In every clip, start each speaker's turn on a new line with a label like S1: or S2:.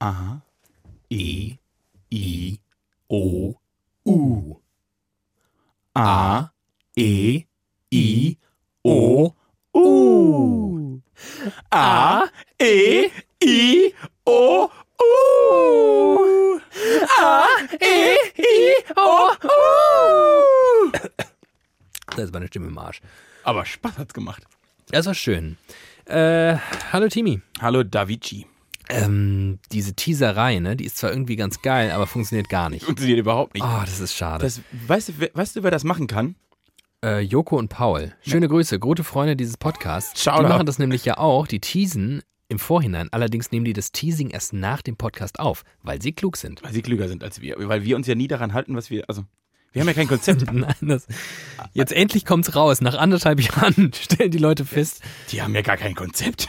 S1: A, E, I,
S2: O,
S1: U. A, E, I,
S2: O,
S1: U. A, E, I, O, U. A, E, I, O, U.
S2: Da ist meine Stimme im Arsch.
S1: Aber Spaß hat's gemacht.
S2: Das war schön. Äh, hallo Timi.
S1: Hallo Davici.
S2: Ähm, diese Teaserei, ne, die ist zwar irgendwie ganz geil, aber funktioniert gar nicht.
S1: Funktioniert überhaupt nicht.
S2: Oh, das ist schade.
S1: Ah, Das, weißt, du, wer, weißt du, wer das machen kann?
S2: äh, Joko und Paul, schöne Grüße, gute Freunde dieses Podcasts.
S1: Shoutout.
S2: Die machen das nämlich ja auch, die teasen im Vorhinein. Allerdings nehmen die das Teasing erst nach dem Podcast auf, weil sie klug sind.
S1: Weil sie klüger sind als wir. Weil wir uns ja nie daran halten, was wir. Also, wir haben ja kein Konzept.
S2: Nein, das, jetzt endlich kommt's raus. Nach anderthalb Jahren stellen die Leute fest.
S1: Die haben ja gar kein Konzept.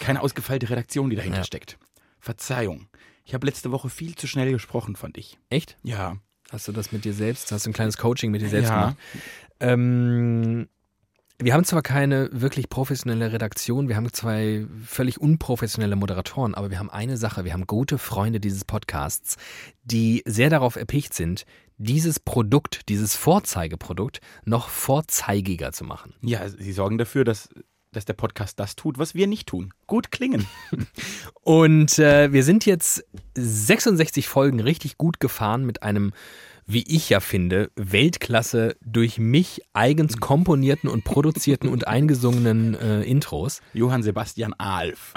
S1: Keine ausgefeilte Redaktion, die dahinter steckt. Verzeihung. Ich habe letzte Woche viel zu schnell gesprochen, fand ich.
S2: Echt?
S1: Ja.
S2: Hast du das mit dir selbst? Hast du ein kleines Coaching mit dir selbst
S1: Ja.
S2: gemacht? Ähm, wir haben zwar keine wirklich professionelle Redaktion, wir haben zwei völlig unprofessionelle Moderatoren, aber wir haben eine Sache, wir haben gute Freunde dieses Podcasts, die sehr darauf erpicht sind, dieses Produkt, dieses Vorzeigeprodukt noch vorzeigiger zu machen.
S1: Ja, sie sorgen dafür, dass, dass der Podcast das tut, was wir nicht tun. Gut klingen.
S2: Und äh, wir sind jetzt 66 Folgen richtig gut gefahren mit einem, wie ich ja finde, Weltklasse durch mich eigens komponierten und produzierten und eingesungenen äh, Intros.
S1: Johann Sebastian Alf.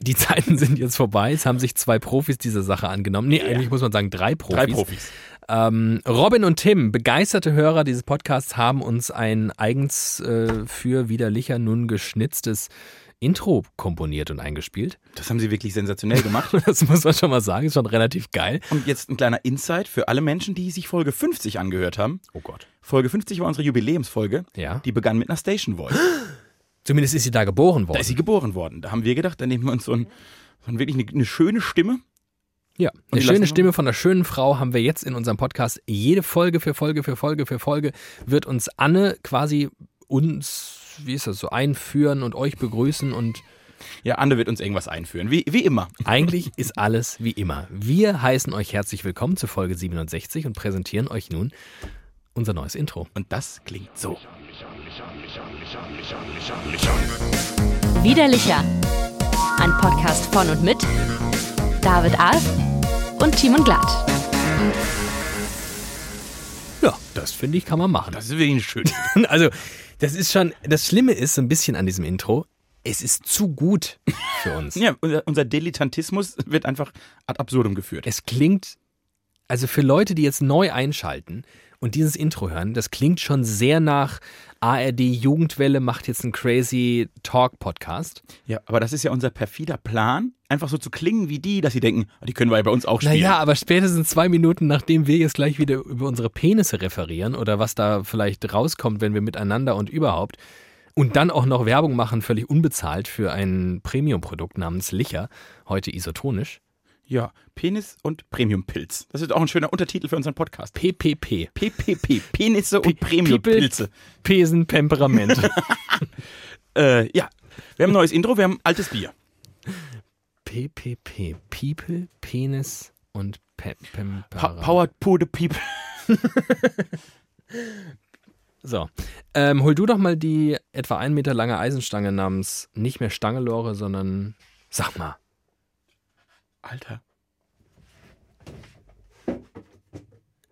S2: Die Zeiten sind jetzt vorbei. Es haben sich zwei Profis dieser Sache angenommen. Nee, eigentlich muss man sagen drei Profis.
S1: Drei Profis.
S2: Ähm, Robin und Tim, begeisterte Hörer dieses Podcasts, haben uns ein eigens äh, für Widerlicher nun geschnitztes Intro komponiert und eingespielt.
S1: Das haben sie wirklich sensationell gemacht.
S2: Das muss man schon mal sagen, ist schon relativ geil.
S1: Und jetzt ein kleiner Insight für alle Menschen, die sich Folge 50 angehört haben.
S2: Oh Gott.
S1: Folge 50 war unsere Jubiläumsfolge.
S2: Ja.
S1: Die begann mit einer Station Voice.
S2: Zumindest ist sie da geboren
S1: Da ist
S2: worden.
S1: sie geboren worden. Da haben wir gedacht, da nehmen wir uns so, ein, so ein, wirklich eine, eine schöne Stimme.
S2: Ja,
S1: die
S2: eine
S1: lassen wir-
S2: schöne Stimme von einer schönen Frau haben wir jetzt in unserem Podcast. Jede Folge für Folge für Folge für Folge wird uns Anne quasi uns, wie ist das so, einführen und euch begrüßen und
S1: Ja, Anne wird uns irgendwas einführen. Wie, wie immer.
S2: eigentlich ist alles wie immer. Wir heißen euch herzlich willkommen zu Folge 67 und präsentieren euch nun unser neues Intro.
S1: Und das klingt so.
S3: Widerlicher. Ein Podcast von und mit David Alf und Timon Glatt.
S2: Ja, das finde ich kann man machen.
S1: Das ist wirklich eine schöne.
S2: Also, das ist schon, das Schlimme ist so ein bisschen an diesem Intro, es ist zu gut für uns.
S1: ja, unser, unser Dilettantismus wird einfach ad absurdum geführt.
S2: es klingt, also für Leute, die jetzt neu einschalten und dieses Intro hören, das klingt schon sehr nach ARD Jugendwelle macht jetzt einen crazy Talk Podcast.
S1: Ja, aber das ist ja unser perfider Plan, einfach so zu klingen wie die, dass sie denken, ah, die können wir ja bei uns auch spielen.
S2: Naja, aber spätestens zwei Minuten, nachdem wir jetzt gleich wieder über unsere Penisse referieren oder was da vielleicht rauskommt, wenn wir miteinander und überhaupt und dann auch noch Werbung machen, völlig unbezahlt für ein Premium-Produkt namens Licher, heute isotonisch,
S1: Ja, Penis und Premiumpilz. Das ist auch ein schöner Untertitel für unseren Podcast.
S2: PPP.
S1: PPP, Penisse und Premiumpilze.
S2: Pesen Temperament.
S1: Äh, ja, wir haben ein neues Intro, wir haben altes Bier.
S2: PPP. People, Penis und Pe Pem
S1: Pa
S2: Para.
S1: Powered Poor the People.
S2: So. Ähm, hol du doch mal die etwa ein Meter lange Eisenstange namens nicht mehr Stangelore, sondern sag mal.
S1: Alter.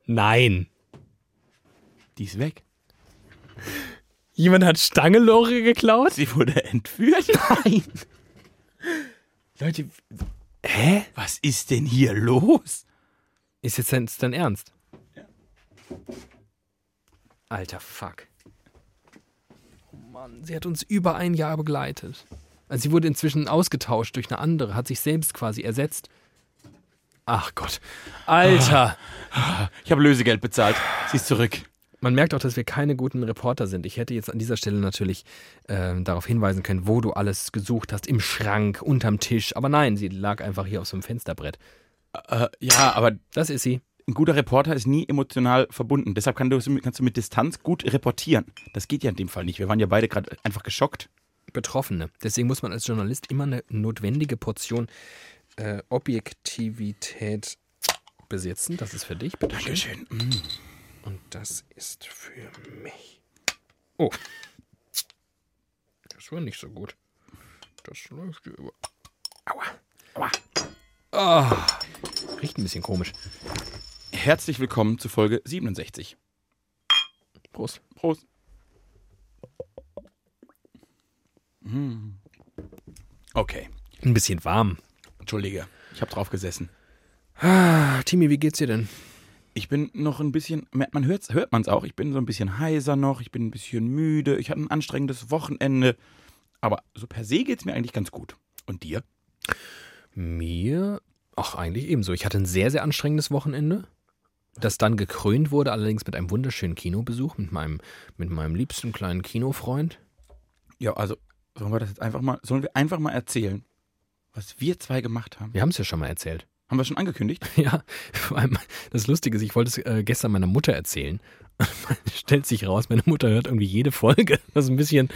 S2: Nein.
S1: Die ist weg.
S2: Jemand hat Stangelore geklaut?
S1: Sie wurde entführt. Nein.
S2: Leute. Hä?
S1: Was ist denn hier los?
S2: Ist jetzt dein, ist dein Ernst? Alter Fuck. Oh Mann, sie hat uns über ein Jahr begleitet. Also sie wurde inzwischen ausgetauscht durch eine andere, hat sich selbst quasi ersetzt. Ach Gott. Alter.
S1: Ich habe Lösegeld bezahlt. Sie ist zurück.
S2: Man merkt auch, dass wir keine guten Reporter sind. Ich hätte jetzt an dieser Stelle natürlich ähm, darauf hinweisen können, wo du alles gesucht hast. Im Schrank, unterm Tisch. Aber nein, sie lag einfach hier auf so einem Fensterbrett.
S1: Äh, ja, aber
S2: Das ist sie.
S1: ein guter Reporter ist nie emotional verbunden. Deshalb kann du, kannst du mit Distanz gut reportieren. Das geht ja in dem Fall nicht. Wir waren ja beide gerade einfach geschockt.
S2: Betroffene. Deswegen muss man als Journalist immer eine notwendige Portion äh, Objektivität besitzen. Das ist für dich, bitte. schön.
S1: Dankeschön. Mm.
S2: Und das ist für mich. Oh. Das war nicht so gut. Das läuft hier über. Aua. Aua. Ah. Riecht ein bisschen komisch.
S1: Herzlich willkommen zu Folge 67.
S2: Prost.
S1: Prost. Mm. Hm. Okay,
S2: Ein bisschen warm.
S1: entschuldige, ich habe drauf gesessen.
S2: Ah, Timi, wie geht's dir denn?
S1: Ich bin noch ein bisschen, merkt man hört's, hört man es auch, ich bin so ein bisschen heiser noch, ich bin ein bisschen müde, ich hatte ein anstrengendes Wochenende. Aber so per se geht es mir eigentlich ganz gut. Und dir?
S2: Mir? Ach, eigentlich ebenso. Ich hatte ein sehr, sehr anstrengendes Wochenende, das dann gekrönt wurde, allerdings mit einem wunderschönen Kinobesuch mit meinem, mit meinem liebsten kleinen Kinofreund.
S1: Ja, also sollen wir das jetzt einfach mal, sollen wir einfach mal erzählen, was wir zwei gemacht haben?
S2: Wir haben es ja schon mal erzählt.
S1: Haben wir schon angekündigt?
S2: Ja, vor allem das Lustige ist, ich wollte es äh, gestern meiner Mutter erzählen. Stellt sich raus, meine Mutter hört irgendwie jede Folge. Das ist ein bisschen,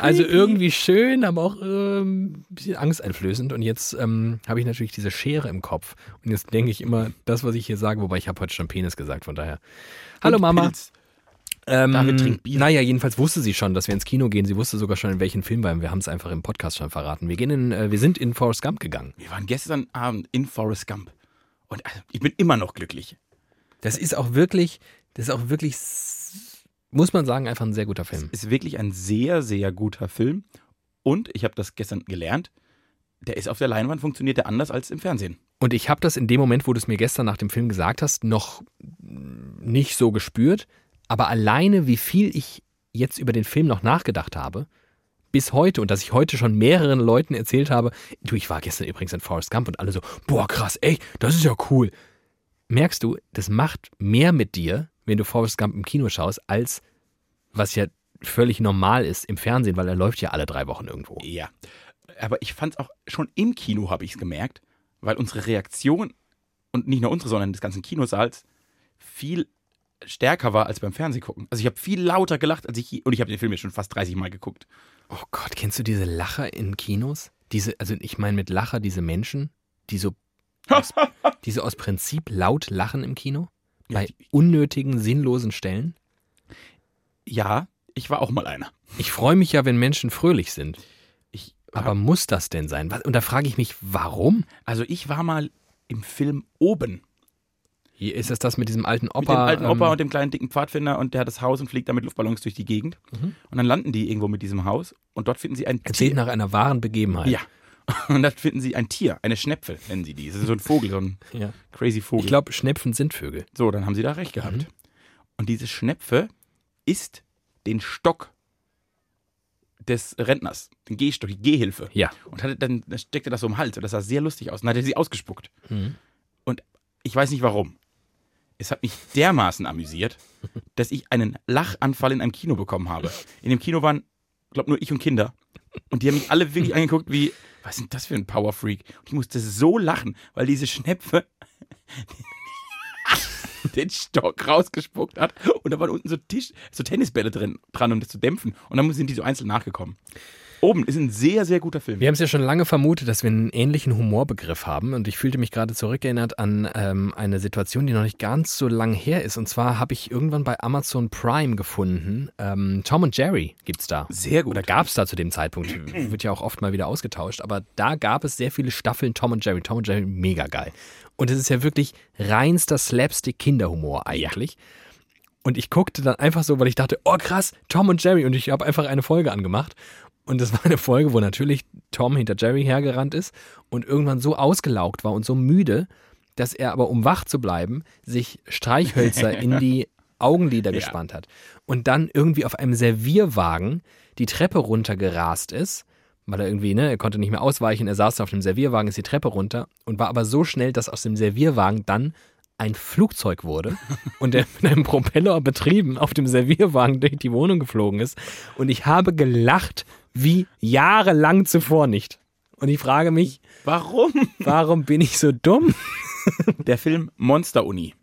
S2: also irgendwie schön, aber auch ähm, ein bisschen angsteinflößend. Und jetzt ähm, habe ich natürlich diese Schere im Kopf. Und jetzt denke ich immer, das, was ich hier sage, wobei ich habe heute schon Penis gesagt, von daher. Hallo
S1: Und
S2: Mama.
S1: Pilz.
S2: Ähm,
S1: David trinkt Bier.
S2: Naja, jedenfalls wusste sie schon, dass wir ins Kino gehen. Sie wusste sogar schon, in welchen Film wir. Wir haben es einfach im Podcast schon verraten. Wir, gehen in, äh, wir sind in Forrest Gump gegangen.
S1: Wir waren gestern Abend in Forrest Gump. Und also, ich bin immer noch glücklich.
S2: Das ist auch wirklich, das ist auch wirklich, s- muss man sagen, einfach ein sehr guter Film.
S1: Ist wirklich ein sehr, sehr guter Film. Und ich habe das gestern gelernt, der ist auf der Leinwand, funktioniert der anders als im Fernsehen.
S2: Und ich habe das in dem Moment, wo du es mir gestern nach dem Film gesagt hast, noch nicht so gespürt. Aber alleine, wie viel ich jetzt über den Film noch nachgedacht habe, bis heute und dass ich heute schon mehreren Leuten erzählt habe, du, ich war gestern übrigens in Forrest Gump und alle so, boah, krass, ey, das ist ja cool. Merkst du, das macht mehr mit dir, wenn du Forrest Gump im Kino schaust, als was ja völlig normal ist im Fernsehen, weil er läuft ja alle drei Wochen irgendwo.
S1: Ja. Aber ich fand es auch schon im Kino, habe ich es gemerkt, weil unsere Reaktion und nicht nur unsere, sondern des ganzen Kinosaals viel stärker war als beim Fernsehgucken. Also ich habe viel lauter gelacht, als ich je- und ich habe den Film jetzt schon fast 30 Mal geguckt.
S2: Oh Gott, kennst du diese Lacher in Kinos? Diese, also ich meine mit Lacher diese Menschen, die so, aus, die so aus Prinzip laut lachen im Kino?
S1: Ja,
S2: Bei
S1: die-
S2: unnötigen, sinnlosen Stellen?
S1: Ja, ich war auch mal einer.
S2: Ich freue mich ja, wenn Menschen fröhlich sind.
S1: Ich
S2: Aber muss das denn sein? Was- Und da frage ich mich, warum?
S1: Also ich war mal im Film oben
S2: Hier ist es das mit diesem alten Opa?
S1: mit dem alten
S2: ähm,
S1: Opa und dem kleinen dicken Pfadfinder und der hat das Haus und fliegt damit Luftballons durch die Gegend
S2: Mhm.
S1: und dann landen die irgendwo mit diesem Haus und dort finden sie ein
S2: erzählt nach einer wahren Begebenheit.
S1: Ja. Und dort finden sie ein Tier, eine Schnepfe nennen sie die. Das ist so ein Vogel, so ein
S2: Ja.
S1: crazy Vogel.
S2: Ich glaube, Schnepfen sind Vögel.
S1: so, dann haben sie da recht gehabt. Und diese Schnepfe isst den Stock des Rentners, den Gehstock, die Gehhilfe.
S2: Ja.
S1: Und hatte dann dann steckte das so im Hals und das sah sehr lustig aus. Und dann hat er sie ausgespuckt. Und ich weiß nicht warum. Es hat mich dermaßen amüsiert, dass ich einen Lachanfall in einem Kino bekommen habe. In dem Kino waren, glaub nur ich und Kinder. Und die haben mich alle wirklich angeguckt wie, was ist denn das für ein Powerfreak? Und ich musste so lachen, weil diese Schnepfe den Stock rausgespuckt hat. Und da waren unten so Tisch, so Tennisbälle drin, dran, um das zu dämpfen. Und dann sind die so einzeln nachgekommen. Oben ist ein sehr, sehr guter Film.
S2: Wir haben es ja schon lange vermutet, dass wir einen ähnlichen Humorbegriff haben und ich fühlte mich gerade zurückerinnert an ähm, eine Situation, die noch nicht ganz so lang her ist. Und zwar habe ich irgendwann bei Amazon Prime gefunden, ähm, Tom und Jerry gibt's da.
S1: Sehr gut.
S2: Oder gab es da zu dem Zeitpunkt, wird ja auch oft mal wieder ausgetauscht, aber da gab es sehr viele Staffeln Tom und Jerry. Tom und Jerry, mega geil. Und es ist ja wirklich reinster Slapstick-Kinderhumor eigentlich. Und ich guckte dann einfach so, weil ich dachte, oh krass, Tom und Jerry. Und ich habe einfach eine Folge angemacht. Und das war eine Folge, wo natürlich Tom hinter Jerry hergerannt ist und irgendwann so ausgelaugt war und so müde, dass er aber, um wach zu bleiben, sich Streichhölzer in die Augenlider
S1: Ja.
S2: gespannt hat. Und dann irgendwie auf einem Servierwagen die Treppe runtergerast ist, weil er irgendwie, ne, er konnte nicht mehr ausweichen, er saß da auf dem Servierwagen, ist die Treppe runter und war aber so schnell, dass aus dem Servierwagen dann ein Flugzeug wurde und der mit einem Propeller betrieben auf dem Servierwagen durch die Wohnung geflogen ist. Und ich habe gelacht wie jahrelang zuvor nicht. Und ich frage mich,
S1: Warum?
S2: warum bin ich so dumm?
S1: Der Film Monster Uni.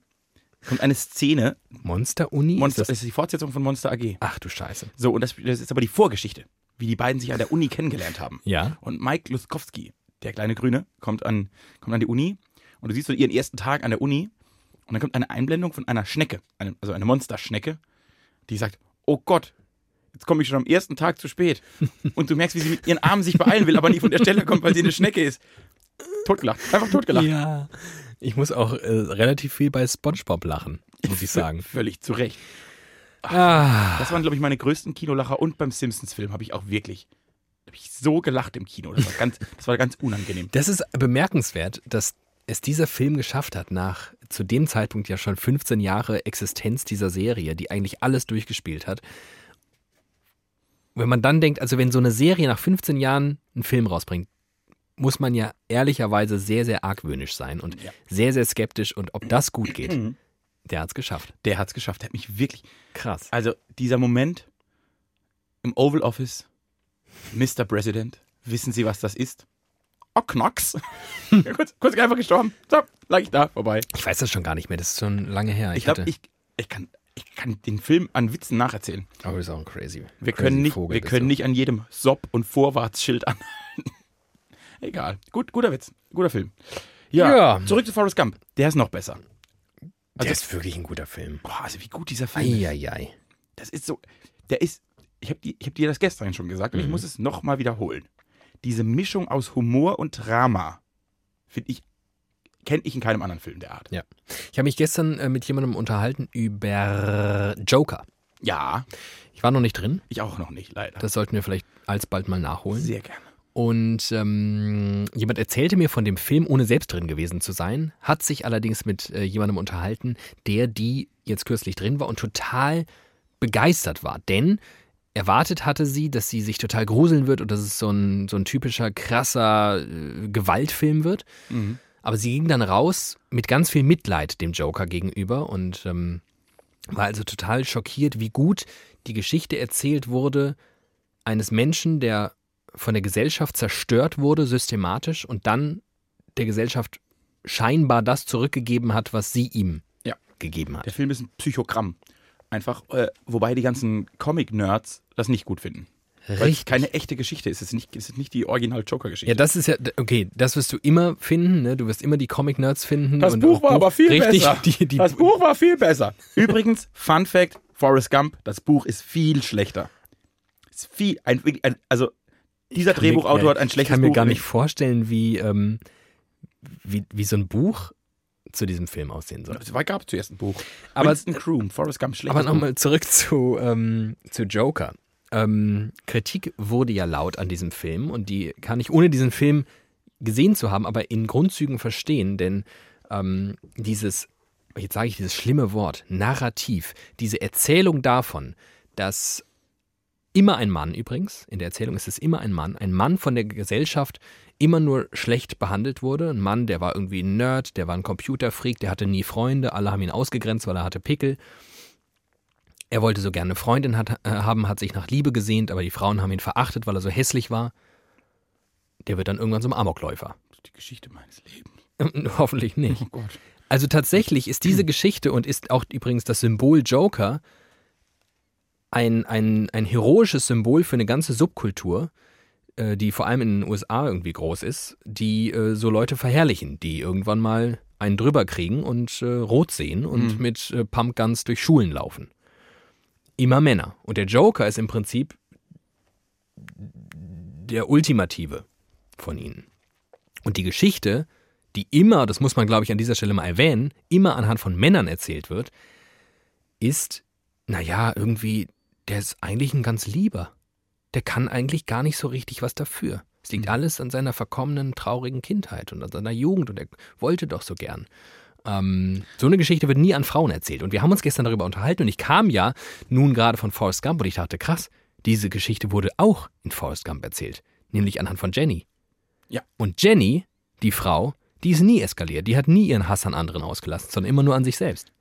S1: Kommt eine Szene.
S2: Monster-Uni?
S1: Monster,
S2: Ist
S1: das
S2: das?
S1: ist die Fortsetzung von Monster AG.
S2: Ach du Scheiße.
S1: So, und das, das ist aber die Vorgeschichte, wie die beiden sich an der Uni kennengelernt haben.
S2: Ja.
S1: Und Mike Luskowski, der kleine Grüne, kommt an, kommt an die Uni und du siehst so ihren ersten Tag an der Uni und dann kommt eine Einblendung von einer Schnecke, eine, also eine Monsterschnecke, die sagt, oh Gott, jetzt komme ich schon am ersten Tag zu spät. Und du merkst, wie sie mit ihren Armen sich beeilen will, aber nie von der Stelle kommt, weil sie eine Schnecke ist. Totgelacht, einfach totgelacht.
S2: Ja. Ich muss auch äh, relativ viel bei SpongeBob lachen, muss ich sagen.
S1: Völlig zu Recht.
S2: Ah,
S1: Das waren, glaube ich, meine größten Kinolacher und beim Simpsons-Film habe ich auch wirklich hab ich so gelacht im Kino. Das war ganz, das war ganz unangenehm.
S2: das ist bemerkenswert, dass es dieser Film geschafft hat, nach zu dem Zeitpunkt ja schon 15 Jahre Existenz dieser Serie, die eigentlich alles durchgespielt hat. Wenn man dann denkt, also wenn so eine Serie nach 15 Jahren einen Film rausbringt, muss man ja ehrlicherweise sehr, sehr argwöhnisch sein und
S1: Ja. Mhm.
S2: sehr, sehr skeptisch und ob das gut geht. Der hat's geschafft.
S1: Der hat es geschafft. Der hat mich wirklich.
S2: Krass.
S1: Also, dieser Moment im Oval Office, Mr. President, wissen Sie, was das ist? Oh, Knox. ja, kurz, kurz einfach gestorben. So, lag ich da, vorbei.
S2: Ich weiß das schon gar nicht mehr, das ist schon lange her.
S1: Ich glaube,
S2: hatte-
S1: ich, ich, kann, ich kann den Film an Witzen nacherzählen.
S2: Aber Oh, das ist auch ein crazy.
S1: Wir
S2: crazy
S1: können nicht,
S2: Vogel,
S1: wir
S2: bist
S1: können
S2: du.
S1: nicht an jedem Sob- und Vorwärtsschild anhalten. Egal. Gut, guter Witz. Guter Film. Ja,
S2: Ja.
S1: Zurück zu Forrest Gump. Der ist noch besser.
S2: Der
S1: Also-
S2: ist wirklich ein guter Film.
S1: Boah, also wie gut dieser Film ist.
S2: Eieiei.
S1: Das ist so. Der ist. Ich habe hab dir das gestern schon gesagt
S2: Mhm.
S1: und ich muss es nochmal wiederholen. Diese Mischung aus Humor und Drama, finde ich, kenne ich in keinem anderen Film der Art.
S2: Ja. Ich habe mich gestern äh, mit jemandem unterhalten über Joker.
S1: Ja,
S2: Ich war noch nicht drin.
S1: ich auch noch nicht, leider.
S2: Das sollten wir vielleicht alsbald mal nachholen.
S1: Sehr gerne.
S2: Und ähm, jemand erzählte mir von dem Film, ohne selbst drin gewesen zu sein, hat sich allerdings mit äh, jemandem unterhalten, der die jetzt kürzlich drin war und total begeistert war. Denn erwartet hatte sie, dass sie sich total gruseln wird und dass es so ein, so ein typischer, krasser äh, Gewaltfilm wird.
S1: Mhm.
S2: Aber sie ging dann raus mit ganz viel Mitleid dem Joker gegenüber und ähm, war also total schockiert, wie gut die Geschichte erzählt wurde eines Menschen, der von der Gesellschaft zerstört wurde, systematisch, und dann der Gesellschaft scheinbar das zurückgegeben hat, was sie ihm
S1: Ja.
S2: gegeben
S1: Der
S2: hat.
S1: Film ist ein Psychogramm. Einfach, äh, wobei die ganzen Comic-Nerds das nicht gut finden. Weil es
S2: Richtig.
S1: keine echte Geschichte ist. Es ist nicht, es ist nicht die Original-Joker-Geschichte.
S2: Ja, das ist ja, okay, das wirst du immer finden, ne? Du wirst immer die Comic-Nerds finden.
S1: Das
S2: und
S1: Buch
S2: auch
S1: war aber viel
S2: richtig,
S1: besser.
S2: Die, die,
S1: das Buch war viel besser. Übrigens, Fun Fact: Forrest Gump, das Buch ist viel schlechter. Ist viel, ein, ein, also dieser
S2: kann mir-
S1: Drehbuchautor
S2: ja,
S1: hat ein
S2: Ich
S1: schlechtes
S2: kann mir
S1: Buch.
S2: gar nicht vorstellen, wie, ähm, wie, wie so ein Buch zu diesem Film aussehen soll.
S1: Es gab es zuerst ein Buch.
S2: Aber-
S1: Winston Croom, Forrest Gump, schlechtes
S2: Aber nochmal zurück zu, ähm, zu Joker. Ähm, Kritik wurde ja laut an diesem Film und die kann ich ohne diesen Film gesehen zu haben, aber in Grundzügen verstehen, denn ähm, dieses, jetzt sage ich dieses schlimme Wort, Narrativ, diese Erzählung davon, dass immer ein Mann übrigens, in der Erzählung ist es immer ein Mann, ein Mann von der Gesellschaft immer nur schlecht behandelt wurde. Ein Mann, der war irgendwie ein Nerd, der war ein Computerfreak, der hatte nie Freunde, alle haben ihn ausgegrenzt, weil er hatte Pickel. Er wollte so gerne eine Freundin hat, äh, haben, hat sich nach Liebe gesehnt, aber die Frauen haben ihn verachtet, weil er so hässlich war. Der wird dann irgendwann zum Amokläufer.
S1: Buch. Die Geschichte meines Lebens.
S2: Hoffentlich nicht.
S1: Oh Gott.
S2: Also tatsächlich ist diese Geschichte und ist auch übrigens das Symbol Joker ein, ein, ein heroisches Symbol für eine ganze Subkultur, äh, die vor allem in den USA irgendwie groß ist, die äh, so Leute verherrlichen, die irgendwann mal einen drüber kriegen und äh, rot sehen und mit äh, Pumpguns durch Schulen laufen. Immer Männer. Und der Joker ist im Prinzip der Ultimative von ihnen. Und die Geschichte die immer, das muss man glaube ich an dieser Stelle mal erwähnen, immer anhand von Männern erzählt wird, ist, naja, irgendwie, der ist eigentlich ein ganz lieber. Der kann eigentlich gar nicht so richtig was dafür. Es liegt alles an seiner verkommenen, traurigen Kindheit und an seiner Jugend und er wollte doch so gern. Ähm, so eine Geschichte wird nie an Frauen erzählt. Und wir haben uns gestern darüber unterhalten und ich kam ja nun gerade von Forrest Gump und ich dachte, krass, diese Geschichte wurde auch in Forrest Gump erzählt, nämlich anhand von Jenny.
S1: Ja.
S2: Und Jenny, die Frau, die ist nie eskaliert, die hat nie ihren Hass an anderen ausgelassen, sondern immer nur an sich selbst.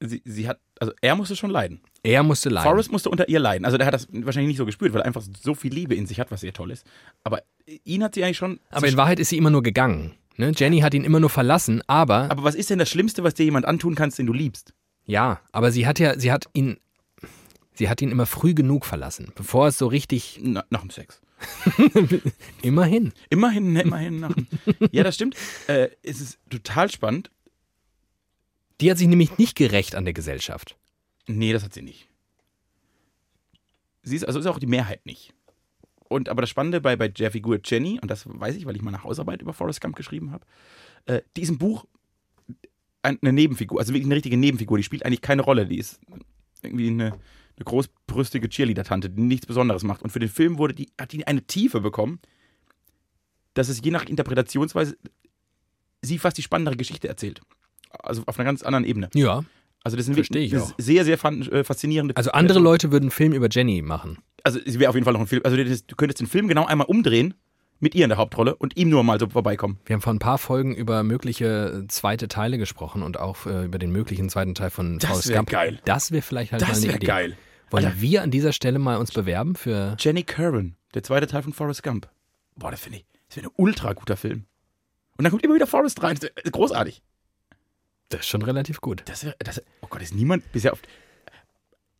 S1: Sie, sie hat, also er musste schon leiden.
S2: Er musste leiden.
S1: Forrest musste unter ihr leiden. Also der hat das wahrscheinlich nicht so gespürt, weil er einfach so viel Liebe in sich hat, was sehr toll ist. Aber ihn hat sie eigentlich schon.
S2: aber in Wahrheit ist sie immer nur gegangen. Ne? Jenny hat ihn immer nur verlassen, aber,
S1: aber was ist denn das Schlimmste, was dir jemand antun kannst, den du liebst?
S2: ja, aber sie hat ja, sie hat ihn, sie hat ihn immer früh genug verlassen, bevor es so richtig,
S1: Na, nach dem Sex.
S2: Immerhin.
S1: Immerhin, immerhin. Nach, ja, das stimmt. Äh, es ist total spannend.
S2: Die hat sich nämlich nicht gerecht an der Gesellschaft.
S1: Nee, das hat sie nicht. Sie ist, also ist auch die Mehrheit nicht. Und aber das Spannende bei, bei der Figur Jenny, und das weiß ich, weil ich meine Hausarbeit über Forrest Gump geschrieben habe, äh, die ist im Buch ein- eine Nebenfigur, also wirklich eine richtige Nebenfigur, die spielt eigentlich keine Rolle. Die ist irgendwie eine, eine großbrüstige Cheerleader-Tante, die nichts Besonderes macht. Und für den Film wurde die, hat die eine Tiefe bekommen, dass es je nach Interpretationsweise sie fast die spannendere Geschichte erzählt. Also auf einer ganz anderen Ebene.
S2: Ja.
S1: Also das ist
S2: Versteh
S1: wirklich
S2: ich
S1: eine
S2: auch.
S1: sehr, sehr fan- äh, faszinierende
S2: Also andere
S1: Person.
S2: Leute würden einen Film über Jenny machen.
S1: Also sie wäre auf jeden Fall noch ein Film. Also das, du könntest den Film genau einmal umdrehen mit ihr in der Hauptrolle und ihm nur mal so vorbeikommen.
S2: Wir haben vor ein paar Folgen über mögliche äh, zweite Teile gesprochen und auch äh, über den möglichen zweiten Teil von
S1: Das
S2: Forrest
S1: wär
S2: Gump.
S1: geil.
S2: Das wäre vielleicht halt mal eine
S1: wär
S2: Idee. Wollen wir an dieser Stelle mal uns bewerben für
S1: Jenny Curran, der zweite Teil von Forrest Gump. Boah, das finde ich, das wäre ein ultra guter Film. Und dann kommt immer wieder Forrest rein. Das ist großartig.
S2: Das ist schon relativ gut.
S1: Das wär, das, oh Gott, ist niemand bisher auf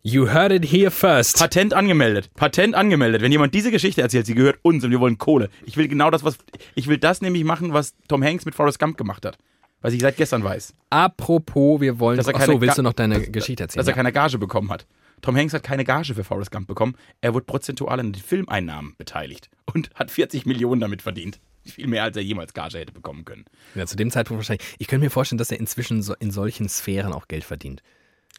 S2: You heard it here first.
S1: Patent angemeldet. Patent angemeldet. Wenn jemand diese Geschichte erzählt, sie gehört uns und wir wollen Kohle. Ich will genau das, was ich will das nämlich machen, was Tom Hanks mit Forrest Gump gemacht hat, was ich seit gestern weiß.
S2: Apropos, wir wollen.
S1: Dass er
S2: Achso,
S1: keine
S2: willst
S1: Ga-
S2: du noch deine
S1: dass-
S2: Äh, Geschichte erzählen?
S1: Also, dass er keine Gage bekommen hat. Tom Hanks hat keine Gage für Forrest Gump bekommen. Er wurde prozentual an den Filmeinnahmen beteiligt und hat 40 Millionen damit verdient. Viel mehr, als er jemals Gage hätte bekommen können.
S2: ja. ja, zu dem Zeitpunkt wahrscheinlich. Ich könnte mir vorstellen, dass er inzwischen so in solchen Sphären auch Geld verdient.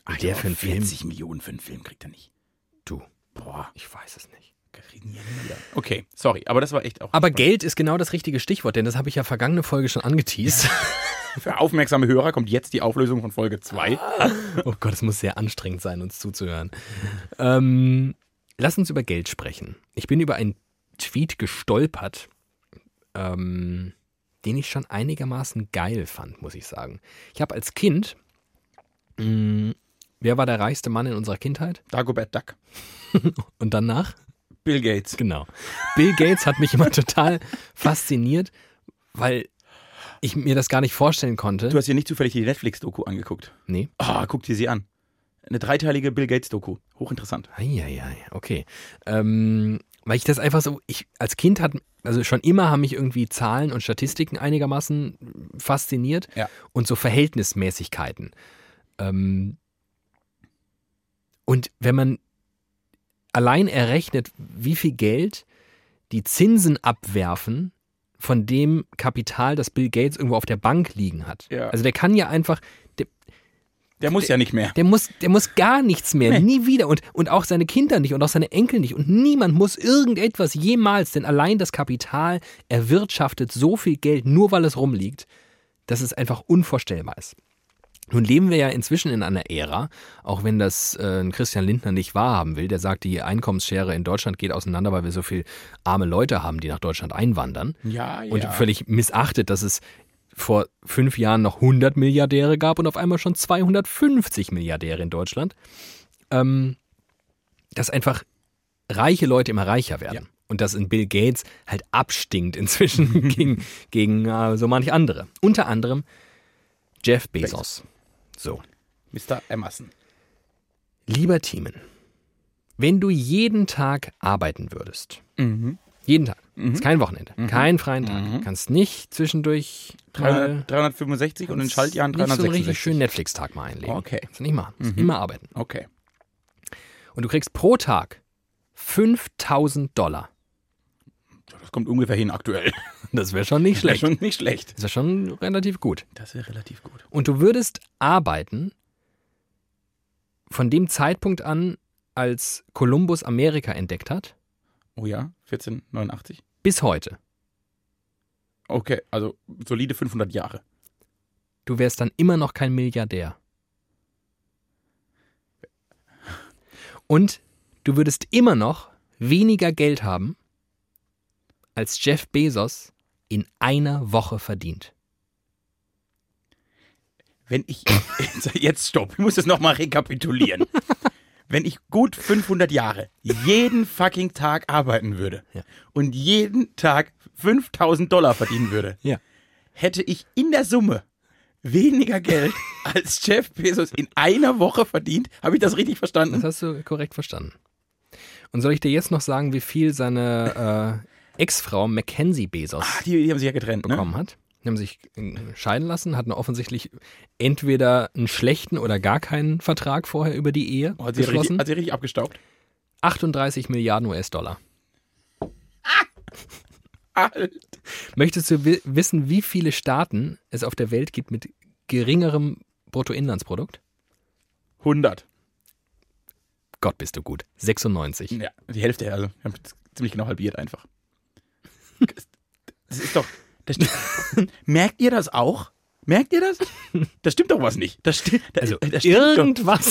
S2: Und der für einen Film.
S1: 40 Millionen für einen Film kriegt er nicht.
S2: Du,
S1: Boah,
S2: ich weiß es nicht.
S1: kriegen die ja nie wieder. Okay, sorry, aber das war echt auch.
S2: Aber Geld ist genau das richtige Stichwort, denn das habe ich ja vergangene Folge schon angeteased.
S1: Für aufmerksame Hörer kommt jetzt die Auflösung von Folge 2.
S2: Oh Gott, es muss sehr anstrengend sein, uns zuzuhören. Ähm, lass uns über Geld sprechen. Ich bin über einen Tweet gestolpert, ähm, den ich schon einigermaßen geil fand, muss ich sagen. Ich habe als Kind, mh, wer war der reichste Mann in unserer Kindheit?
S1: Dagobert Duck.
S2: Und danach?
S1: Bill Gates.
S2: Genau. Bill Gates hat mich immer total fasziniert, weil ich mir das gar nicht vorstellen konnte.
S1: Du hast hier nicht zufällig die Netflix-Doku angeguckt.
S2: Nee.
S1: Ah, guck dir sie an. Eine dreiteilige Bill Gates-Doku. Hochinteressant.
S2: Eieiei, okay. Ähm, weil ich das einfach so, ich als Kind hat, also schon immer haben mich irgendwie Zahlen und Statistiken einigermaßen fasziniert
S1: Ja.
S2: und so Verhältnismäßigkeiten. Ähm, und wenn man allein errechnet, wie viel Geld die Zinsen abwerfen von dem Kapital, das Bill Gates irgendwo auf der Bank liegen hat.
S1: Ja.
S2: Also der kann ja einfach, der,
S1: Der muss ja nicht mehr.
S2: der muss, der muss gar nichts mehr,
S1: Nee.
S2: nie wieder. Und, und auch seine Kinder nicht und auch seine Enkel nicht. Und niemand muss irgendetwas jemals, denn allein das Kapital erwirtschaftet so viel Geld, nur weil es rumliegt, dass es einfach unvorstellbar ist. Nun leben wir ja inzwischen in einer Ära, auch wenn das äh, ein Christian Lindner nicht wahrhaben will, der sagt, die Einkommensschere in Deutschland geht auseinander, weil wir so viel arme Leute haben, die nach Deutschland einwandern
S1: Ja, ja.
S2: und völlig missachtet, dass es vor fünf Jahren noch 100 Milliardäre gab und auf einmal schon 250 Milliardäre in Deutschland, ähm, dass einfach reiche Leute immer reicher werden. Und dass in Bill Gates halt abstinkt inzwischen gegen, gegen äh, so manch andere. Unter anderem Jeff Bezos. So.
S1: Mr. Emerson.
S2: Lieber Thiemen, wenn du jeden Tag arbeiten würdest,
S1: Mhm.
S2: jeden Tag, ist kein Wochenende, kein freien Tag, kannst nicht zwischendurch mal
S1: 300, 365 und in Schaltjahren
S2: nicht so einen richtig
S1: 366.
S2: schönen Netflix-Tag mal einlegen.
S1: Okay. Mhm.
S2: Kannst du nicht machen. Musst immer arbeiten.
S1: okay.
S2: Und du kriegst pro Tag 5000 Dollar.
S1: Ja, Das kommt ungefähr hin aktuell.
S2: Das wäre schon nicht schlecht.
S1: Schon nicht schlecht.
S2: Das wäre schon relativ gut.
S1: Das wäre relativ gut.
S2: Und du würdest arbeiten von dem Zeitpunkt an, als Kolumbus Amerika entdeckt hat,
S1: Oh ja, 1489.
S2: bis heute.
S1: Okay, also solide 500 Jahre.
S2: Du wärst dann immer noch kein Milliardär. Und du würdest immer noch weniger Geld haben, als Jeff Bezos in einer Woche verdient.
S1: Wenn ich. Jetzt stopp, ich muss das nochmal rekapitulieren. Wenn ich gut 500 Jahre jeden fucking Tag arbeiten würde
S2: Ja.
S1: und jeden Tag 5000 Dollar verdienen würde,
S2: Ja.
S1: hätte ich in der Summe weniger Geld als Jeff Bezos in einer Woche verdient. Habe ich das richtig verstanden?
S2: Das hast du korrekt verstanden. Und soll ich dir jetzt noch sagen, wie viel seine äh, Ex-Frau Mackenzie Bezos
S1: Ah, die, die haben sich ja getrennt, ne?
S2: bekommen hat? Die haben sich äh, scheiden lassen, hatten offensichtlich entweder einen schlechten oder gar keinen Vertrag vorher über die Ehe
S1: Oh, hat, sie richtig,
S2: geschlossen.
S1: hat sie richtig abgestaubt?
S2: 38 Milliarden US-Dollar.
S1: Alt.
S2: Möchtest du wi wissen, wie viele Staaten es auf der Welt gibt mit geringerem Bruttoinlandsprodukt?
S1: 100.
S2: Gott, bist du gut. 96.
S1: Ja, die Hälfte, also wir haben es ziemlich genau halbiert einfach. Das ist doch. Das stimmt- Merkt ihr das auch? Merkt ihr das? Da stimmt doch was nicht. Das sti da,
S2: Also
S1: da stimmt
S2: irgendwas.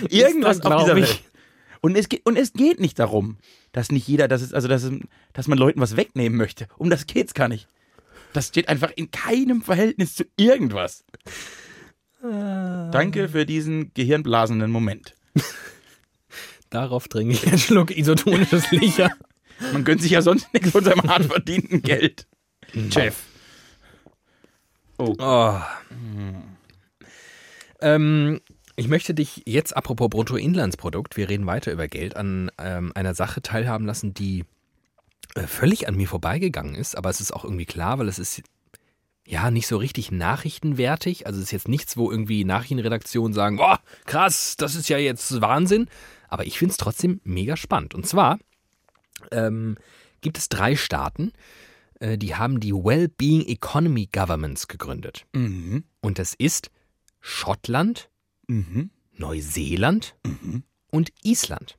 S1: doch irgendwas
S2: ist da,
S1: auf
S2: glaub
S1: dieser
S2: ich.
S1: Welt. Und es, ge- und es geht nicht darum, dass nicht jeder, dass, es, also dass, es- dass man Leuten was wegnehmen möchte. Um das geht's gar nicht. Das steht einfach in keinem Verhältnis zu irgendwas.
S2: Ah.
S1: Danke für diesen gehirnblasenden Moment.
S2: Darauf trinke ich einen Schluck isotonisches Licher.
S1: Man gönnt sich ja sonst nichts von seinem hart verdienten Geld. Jeff. Oh.
S2: Oh. Ähm, ich möchte dich jetzt, apropos Bruttoinlandsprodukt, wir reden weiter über Geld, an ähm, einer Sache teilhaben lassen, die äh, völlig an mir vorbeigegangen ist, aber es ist auch irgendwie klar, weil es ist ja nicht so richtig nachrichtenwertig. Also es ist jetzt nichts, wo irgendwie Nachrichtenredaktionen sagen, boah, krass, das ist ja jetzt Wahnsinn. Aber ich finde es trotzdem mega spannend. Und zwar ähm, gibt es drei Staaten, äh, die haben die Wellbeing Economy Governments gegründet.
S1: Mhm.
S2: Und das ist Schottland,
S1: Mhm.
S2: Neuseeland
S1: Mhm.
S2: und Island.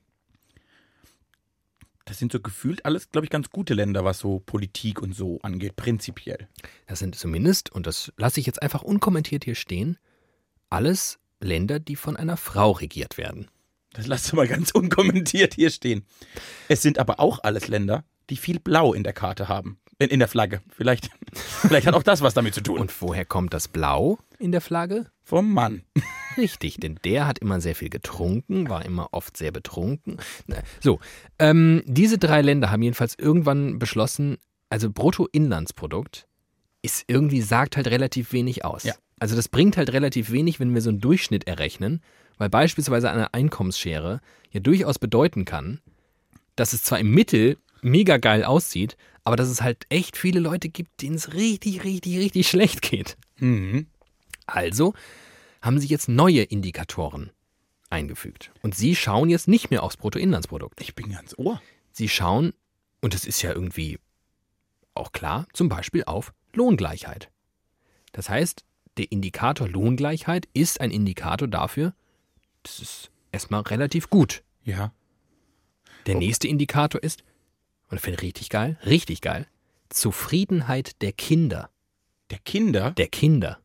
S1: Das sind so gefühlt alles, glaube ich, ganz gute Länder, was so Politik und so angeht, prinzipiell.
S2: Das sind zumindest, und das lasse ich jetzt einfach unkommentiert hier stehen, alles Länder, die von einer Frau regiert werden.
S1: Das lasst du mal ganz unkommentiert hier stehen. Es sind aber auch alles Länder, die viel Blau in der Karte haben. In, in der Flagge. Vielleicht, vielleicht hat auch das was damit zu tun.
S2: Und woher kommt das Blau in der Flagge?
S1: vom Mann.
S2: Richtig, denn der hat immer sehr viel getrunken, war immer oft sehr betrunken. Na, So, ähm, diese drei Länder haben jedenfalls irgendwann beschlossen, also Bruttoinlandsprodukt ist irgendwie, sagt halt relativ wenig aus.
S1: Ja.
S2: Also das bringt halt relativ wenig, wenn wir so einen Durchschnitt errechnen, weil beispielsweise eine Einkommensschere ja durchaus bedeuten kann, dass es zwar im Mittel mega geil aussieht, aber dass es halt echt viele Leute gibt, denen es richtig, richtig, richtig schlecht geht.
S1: Mhm.
S2: Also haben sie jetzt neue Indikatoren eingefügt. Und sie schauen jetzt nicht mehr aufs Bruttoinlandsprodukt.
S1: Ich bin ganz ohr.
S2: Sie schauen, und das ist ja irgendwie auch klar, zum Beispiel auf Lohngleichheit. Das heißt, der Indikator Lohngleichheit ist ein Indikator dafür, das ist erstmal relativ gut.
S1: Ja.
S2: Der nächste Indikator ist, und das finde ich richtig geil, richtig geil, Zufriedenheit der Kinder.
S1: Der Kinder.
S2: Der Kinder.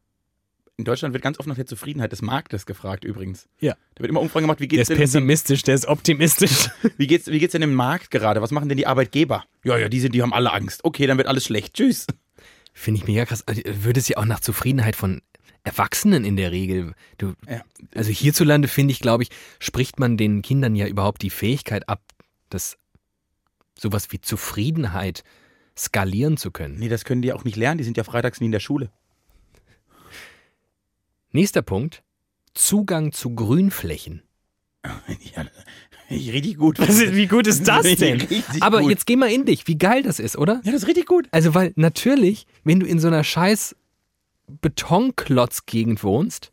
S1: In Deutschland wird ganz oft nach der Zufriedenheit des Marktes gefragt, übrigens.
S2: Ja.
S1: Da wird immer Umfragen gemacht, wie
S2: Der
S1: geht's
S2: ist
S1: denn
S2: pessimistisch, der ist optimistisch.
S1: Wie geht's, wie geht's denn im Markt gerade? Was machen denn die Arbeitgeber? Ja, ja, diese, die haben alle Angst. Okay, dann wird alles schlecht. Tschüss.
S2: Finde ich mega krass. Also, Würde es ja auch nach Zufriedenheit von Erwachsenen in der Regel. Du,
S1: Ja.
S2: Also hierzulande finde ich, glaube ich, spricht man den Kindern ja überhaupt die Fähigkeit ab, das sowas wie Zufriedenheit skalieren zu können.
S1: Nee, das können die auch nicht lernen. Die sind ja freitags nie in der Schule.
S2: Nächster Punkt: Zugang zu Grünflächen.
S1: Ja, richtig gut.
S2: wie gut ist
S1: das denn? Richtig
S2: Aber
S1: gut.
S2: jetzt geh mal in dich, wie geil das ist, oder?
S1: Ja, das ist richtig gut.
S2: Also, weil natürlich, wenn du in so einer scheiß Betonklotzgegend wohnst,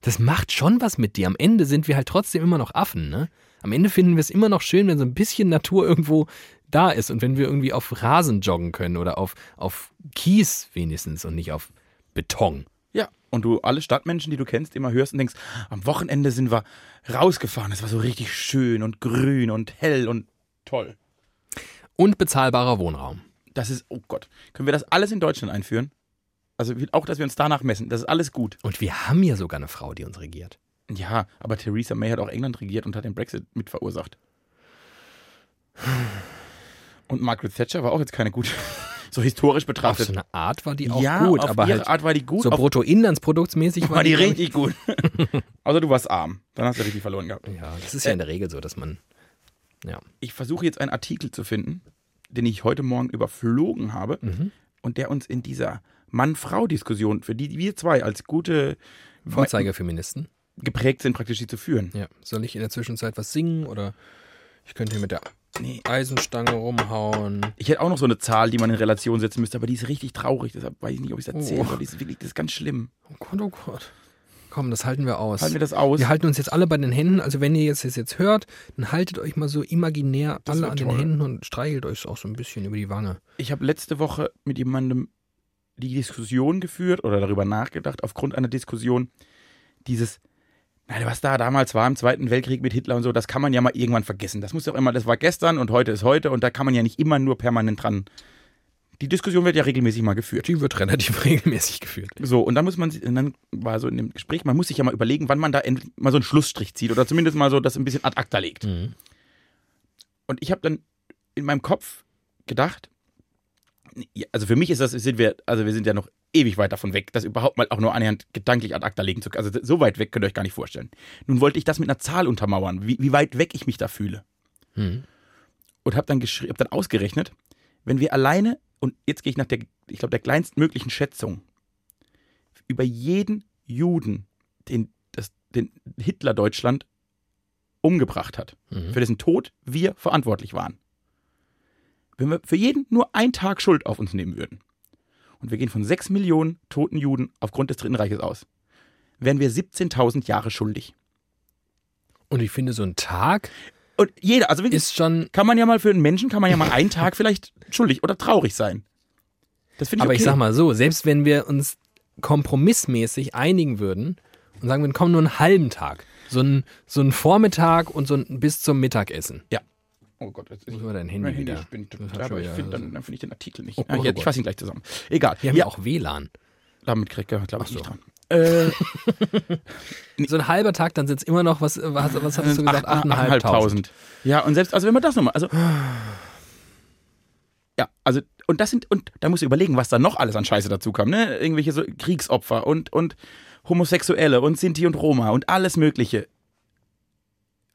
S2: das macht schon was mit dir. Am Ende sind wir halt trotzdem immer noch Affen, ne? Am Ende finden wir es immer noch schön, wenn so ein bisschen Natur irgendwo da ist und wenn wir irgendwie auf Rasen joggen können oder auf, auf Kies wenigstens und nicht auf Beton.
S1: Ja. Und du alle Stadtmenschen, die du kennst, immer hörst und denkst, am Wochenende sind wir rausgefahren. Es war so richtig schön und grün und hell und toll.
S2: Und bezahlbarer Wohnraum.
S1: Das ist, oh Gott. Können wir das alles in Deutschland einführen? Also wie- auch, dass wir uns danach messen. Das ist alles gut.
S2: Und wir haben ja sogar eine Frau, die uns regiert.
S1: Ja, aber Theresa May hat auch England regiert und hat den Brexit mit verursacht. Und Margaret Thatcher war auch jetzt keine gute. So historisch
S2: Auf so
S1: betrachtet.
S2: eine Art war die auch
S1: ja,
S2: gut,
S1: auf
S2: aber
S1: ihre
S2: halt
S1: Art war die gut,
S2: so
S1: auf
S2: bruttoinlandsproduktsmäßig
S1: war die
S2: glaub ich,
S1: richtig gut. also du warst arm. Dann hast du richtig verloren gehabt.
S2: Ja, das ist ja in der Regel so, dass man. Ja.
S1: Ich versuche jetzt einen Artikel zu finden, den ich heute Morgen überflogen habe und der uns in dieser Mann-Frau-Diskussion, für die wir zwei als gute
S2: Vorzeigefeministen.
S1: geprägt sind, praktisch die zu führen.
S2: Ja. Soll ich in der Zwischenzeit was singen oder Ich könnte hier mit der
S1: Nee.
S2: Eisenstange rumhauen.
S1: Ich hätte auch noch so eine Zahl, die man in Relation setzen müsste, aber die ist richtig traurig. Deshalb weiß ich nicht, ob ich es erzählen
S2: Oh.
S1: soll. Die ist wirklich, das ist ganz schlimm.
S2: Oh Gott, oh Gott. Komm, das halten wir aus.
S1: Halten wir das aus?
S2: Wir halten uns jetzt alle bei den Händen. Also wenn ihr jetzt das jetzt hört, dann haltet euch mal so imaginär
S1: Das
S2: alle
S1: wär
S2: an den
S1: toll.
S2: Händen und streichelt euch auch so ein bisschen über die Wange.
S1: Ich habe letzte Woche mit jemandem die Diskussion geführt oder darüber nachgedacht, aufgrund einer Diskussion, dieses, nein, was da damals war im Zweiten Weltkrieg mit Hitler und so, das kann man ja mal irgendwann vergessen. Das muss ja auch immer, das war gestern und heute ist heute und da kann man ja nicht immer nur permanent dran. Die Diskussion wird ja regelmäßig mal geführt.
S2: Die wird relativ regelmäßig geführt.
S1: So, und dann muss man, sich- und dann war so in dem Gespräch, man muss sich ja mal überlegen, wann man da endlich mal so einen Schlussstrich zieht oder zumindest mal so das ein bisschen ad acta legt.
S2: Mhm.
S1: Und ich habe dann in meinem Kopf gedacht, ja, also für mich ist das, sind wir, also wir sind ja noch ewig weit davon weg, das überhaupt mal auch nur annähernd gedanklich ad acta legen zu können. Also so weit weg könnt ihr euch gar nicht vorstellen. Nun wollte ich das mit einer Zahl untermauern, wie, wie weit weg ich mich da fühle.
S2: Mhm.
S1: Und habe dann, geschri- hab dann ausgerechnet, wenn wir alleine, und jetzt gehe ich nach der, ich glaube, der kleinstmöglichen Schätzung, über jeden Juden, den, das, den Hitler-Deutschland umgebracht hat,
S2: Mhm.
S1: für dessen Tod wir verantwortlich waren. Wenn wir für jeden nur einen Tag Schuld auf uns nehmen würden, und wir gehen von 6 Millionen toten Juden aufgrund des Dritten Reiches aus, wären wir 17.000 Jahre schuldig.
S2: Und ich finde, so ein Tag
S1: Und jeder, also wirklich,
S2: ist schon.
S1: kann man ja mal für einen Menschen, kann man ja mal einen Tag vielleicht schuldig oder traurig sein. Das finde ich
S2: Aber
S1: okay.
S2: ich sag mal so, selbst wenn wir uns kompromissmäßig einigen würden und sagen würden, komm, nur einen halben Tag. So ein, so ein Vormittag und so ein bis zum Mittagessen.
S1: Oh Gott, jetzt ist
S2: Muss mal dein Handy
S1: mein Handy
S2: wieder.
S1: spinnt.
S2: Das hat schon
S1: Aber ich
S2: wieder-
S1: finde dann, dann finde ich den Artikel nicht.
S2: Oh Gott,
S1: Ah,
S2: oh
S1: hier, ich
S2: Gott.
S1: fasse ihn gleich zusammen. Egal.
S2: Wir haben ja
S1: ja,
S2: auch WLAN.
S1: damit kriegt er, glaube ich,
S2: so.
S1: nicht dran. Äh,
S2: So ein halber Tag, dann sind es immer noch, was, was, was hattest du gesagt?
S1: Acht-
S2: 8.500.
S1: Ja, und selbst, also wenn man das nochmal, also. Ja, also, und das sind, und da musst du überlegen, was da noch alles an Scheiße dazu kam, ne? Irgendwelche so Kriegsopfer und, und Homosexuelle und Sinti und Roma und alles Mögliche.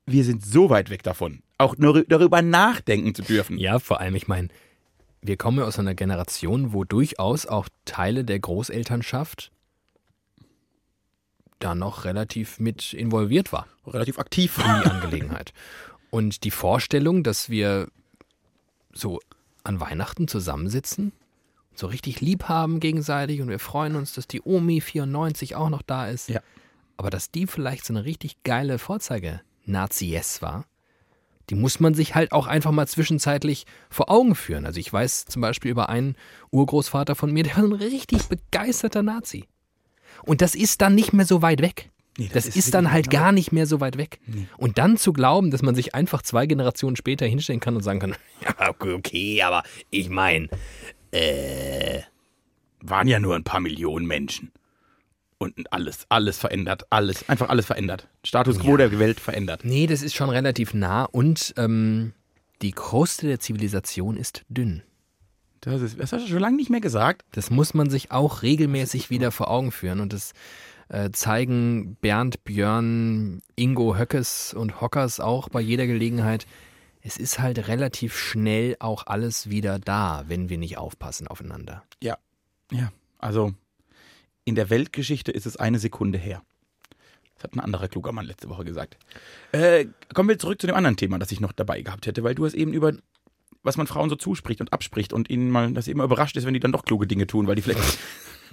S1: Wir sind so weit weg davon, auch nur darüber nachdenken zu dürfen.
S2: Ja, vor allem, ich meine, wir kommen ja aus einer Generation, wo durchaus auch Teile der Großelternschaft da noch relativ mit involviert war
S1: Relativ aktiv.
S2: in die Angelegenheit. Und die Vorstellung, dass wir so an Weihnachten zusammensitzen, so richtig lieb haben gegenseitig und wir freuen uns, dass die Omi 94 auch noch da ist.
S1: Ja.
S2: Aber dass die vielleicht so eine richtig geile Vorzeige-Naziess war, die muss man sich halt auch einfach mal zwischenzeitlich vor Augen führen. Also ich weiß zum Beispiel über einen Urgroßvater von mir, der war ein richtig begeisterter Nazi. Und das ist dann nicht mehr so weit weg.
S1: Nee,
S2: das, ist, dann
S1: wirklich-
S2: halt gar nicht mehr so weit weg. Und dann zu glauben, dass man sich einfach zwei Generationen später hinstellen kann und sagen kann, ja, okay, aber ich meine,
S1: Waren ja nur ein paar Millionen Menschen. Und alles, alles verändert, alles, einfach alles verändert. Status quo der Welt verändert.
S2: nee, das ist schon relativ nah und ähm, die Kruste der Zivilisation ist dünn.
S1: Das, ist, das hast du schon lange nicht mehr gesagt.
S2: Das muss man sich auch regelmäßig wieder vor Augen führen. Und das äh, zeigen Bernd, Björn, Ingo Höckes und Hockers auch bei jeder Gelegenheit. Es ist halt relativ schnell auch alles wieder da, wenn wir nicht aufpassen aufeinander.
S1: Ja. Ja. Also in der Weltgeschichte ist es eine Sekunde her. Das hat ein anderer kluger Mann letzte Woche gesagt. Äh, kommen wir zurück zu dem anderen Thema, das ich noch dabei gehabt hätte, weil du hast eben über, was man Frauen so zuspricht und abspricht und ihnen mal, dass sie immer überrascht ist, wenn die dann doch kluge Dinge tun, weil die vielleicht,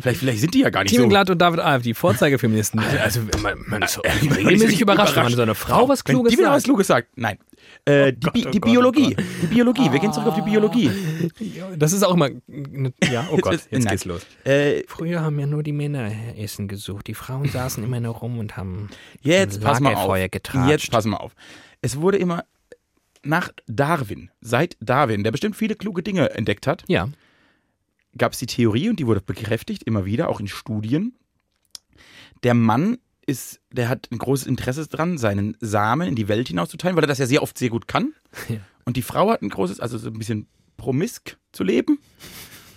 S1: vielleicht, vielleicht sind die ja gar nicht
S2: Timo
S1: so.
S2: Glatt und David Alf, die Vorzeigefeministen. Also, man, man ist regelmäßig überrascht, wenn man so eine Frau was
S1: Wenn
S2: Kluges
S1: die wieder was
S2: sagt.
S1: Kluges sagt. Nein.
S2: Oh
S1: Äh, die, Bi- die Biologie. Die Biologie. Wir gehen zurück auf die Biologie.
S2: Das ist auch immer. ne- Ja, oh Gott,
S1: ist-
S2: jetzt,
S1: nein.
S2: geht's los.
S1: Äh,
S2: Früher haben ja nur die Männer Essen gesucht. Die Frauen saßen immer nur rum und haben.
S1: Jetzt pass mal auf.
S2: Lagerfeuer getratscht.
S1: Jetzt pass mal auf. Es wurde immer nach Darwin, seit Darwin, der bestimmt viele kluge Dinge entdeckt hat,
S2: Ja.
S1: gab es die Theorie und die wurde bekräftigt immer wieder, auch in Studien. Der Mann ist, der hat ein großes Interesse dran, seinen Samen in die Welt hinauszuteilen, weil er das ja sehr oft sehr gut kann.
S2: Ja.
S1: Und die Frau hat ein großes, also so ein bisschen promisk zu leben.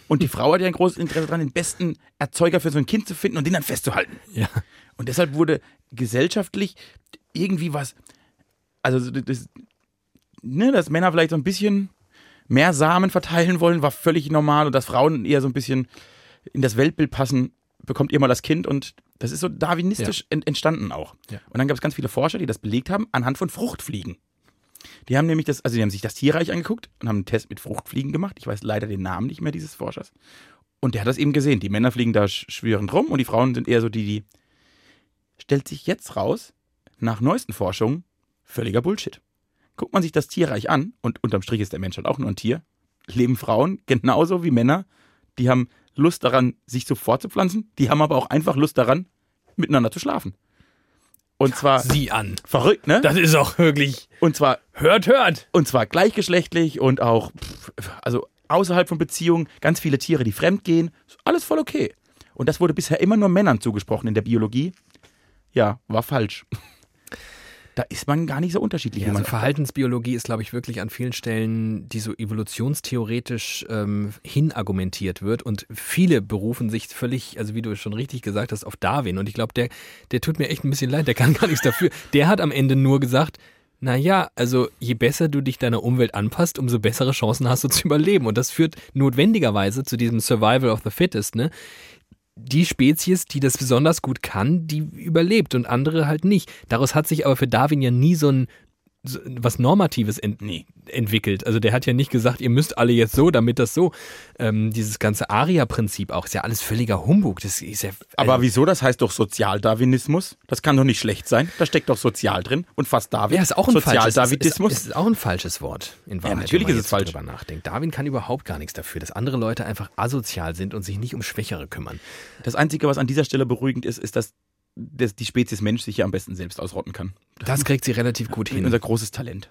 S1: Und die Frau hat ja ein großes Interesse dran, den besten Erzeuger für so ein Kind zu finden und den dann festzuhalten.
S2: ja.
S1: Und deshalb wurde gesellschaftlich irgendwie was, also so das, ne, dass Männer vielleicht so ein bisschen mehr Samen verteilen wollen, war völlig normal und dass Frauen eher so ein bisschen in das Weltbild passen, bekommt ihr mal das Kind und das ist so darwinistisch ent- entstanden auch.
S2: Ja.
S1: Und dann gab es ganz viele Forscher, die das belegt haben anhand von Fruchtfliegen. Die haben nämlich das, also die haben sich das Tierreich angeguckt und haben einen Test mit Fruchtfliegen gemacht. Ich weiß leider den Namen nicht mehr dieses Forschers. Und der hat das eben gesehen. Die Männer fliegen da sch- schwirrend rum und die Frauen sind eher so die, die. Stellt sich jetzt raus, nach neuesten Forschungen, völliger Bullshit. Guckt man sich das Tierreich an, und unterm Strich ist der Mensch halt auch nur ein Tier, leben Frauen genauso wie Männer. Die haben Lust daran, sich so fortzupflanzen. Die haben aber auch einfach Lust daran, miteinander zu schlafen. Und zwar
S2: Sie an.
S1: verrückt, ne?
S2: Das ist auch wirklich.
S1: Und zwar
S2: Hört, hört!
S1: und zwar gleichgeschlechtlich und auch, pff, also außerhalb von Beziehungen, ganz viele Tiere, die fremdgehen. Ist Alles voll okay. Und das wurde bisher immer nur Männern zugesprochen in der Biologie. Ja, war falsch. Da ist man gar nicht so unterschiedlich. wie
S2: Ja,
S1: man
S2: also Verhaltensbiologie ist, glaube ich, wirklich an vielen Stellen, die so evolutionstheoretisch ähm, hinargumentiert wird. Und viele berufen sich völlig, also wie du schon richtig gesagt hast, auf Darwin. Und ich glaube, der, der tut mir echt ein bisschen leid, der kann gar nichts dafür. Der hat am Ende nur gesagt, naja, also je besser du dich deiner Umwelt anpasst, umso bessere Chancen hast du zu überleben. Und das führt notwendigerweise zu diesem Survival of the Fittest, ne? die Spezies, die das besonders gut kann, die überlebt und andere halt nicht. Daraus hat sich aber für Darwin ja nie so ein so was Normatives ent
S1: Nee.
S2: entwickelt. Also der hat ja nicht gesagt, ihr müsst alle jetzt so, damit das so. Ähm, dieses ganze Aria-Prinzip auch ist ja alles völliger Humbug. Das ist ja
S1: Aber wieso? Das heißt doch Sozialdarwinismus. Das kann doch nicht schlecht sein. Da steckt doch sozial drin. Und fast Darwin.
S2: äh, Ja, ist auch ein falsches, ist,
S1: Sozialdarwinismus.
S2: ist, ist auch ein falsches Wort in Wahrheit.
S1: natürlich
S2: wenn man
S1: ist es
S2: jetzt
S1: falsch.
S2: Darüber nachdenkt. Darwin kann überhaupt gar nichts dafür, dass andere Leute einfach asozial sind und sich nicht um Schwächere kümmern.
S1: das Einzige, was an dieser Stelle beruhigend ist, ist, dass, dass die Spezies Mensch sich ja am besten selbst ausrotten kann.
S2: Das kriegt sie relativ gut hin.
S1: Unser großes Talent.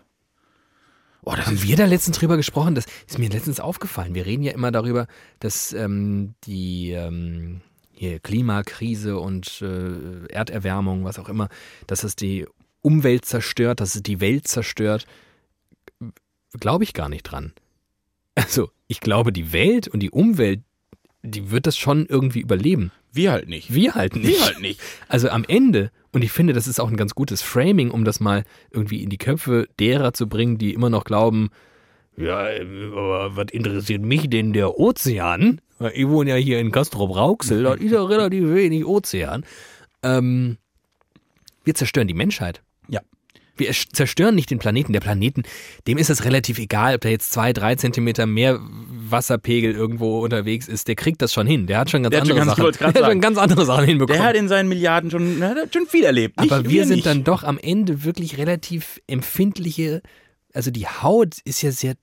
S2: Oh, da haben wir da letztens drüber gesprochen. Das ist mir letztens aufgefallen. Wir reden ja immer darüber, dass ähm, die ähm, hier Klimakrise und äh, Erderwärmung, was auch immer, dass es die Umwelt zerstört, dass es die Welt zerstört. Glaube ich gar nicht dran. Also, ich glaube, die Welt und die Umwelt, die wird das schon irgendwie überleben.
S1: Wir halt nicht.
S2: Wir halt nicht.
S1: Wir halt nicht.
S2: Also am Ende, und ich finde, das ist auch ein ganz gutes Framing, um das mal irgendwie in die Köpfe derer zu bringen, die immer noch glauben, ja, ähm, aber was interessiert mich denn der Ozean? Weil Ich wohne ja hier in Castrop-Rauxel, da ist ja relativ wenig Ozean. Ähm, wir zerstören die Menschheit.
S1: Ja.
S2: Wir ersch- zerstören nicht den Planeten. Der Planeten, dem ist es relativ egal, ob da jetzt zwei, drei Zentimeter mehr Wasserpegel irgendwo unterwegs ist. Der kriegt das schon hin. Der hat schon ganz
S1: Der hat schon
S2: andere
S1: ganz- ich wollte
S2: Sachen.
S1: gerade
S2: Der hat schon
S1: sagen.
S2: ganz andere Sachen hinbekommen.
S1: Der hat in seinen Milliarden schon, na, der hat schon viel erlebt. Nicht,
S2: Aber wir sind
S1: nicht.
S2: dann doch am Ende wirklich relativ empfindliche, also die Haut ist ja sehr,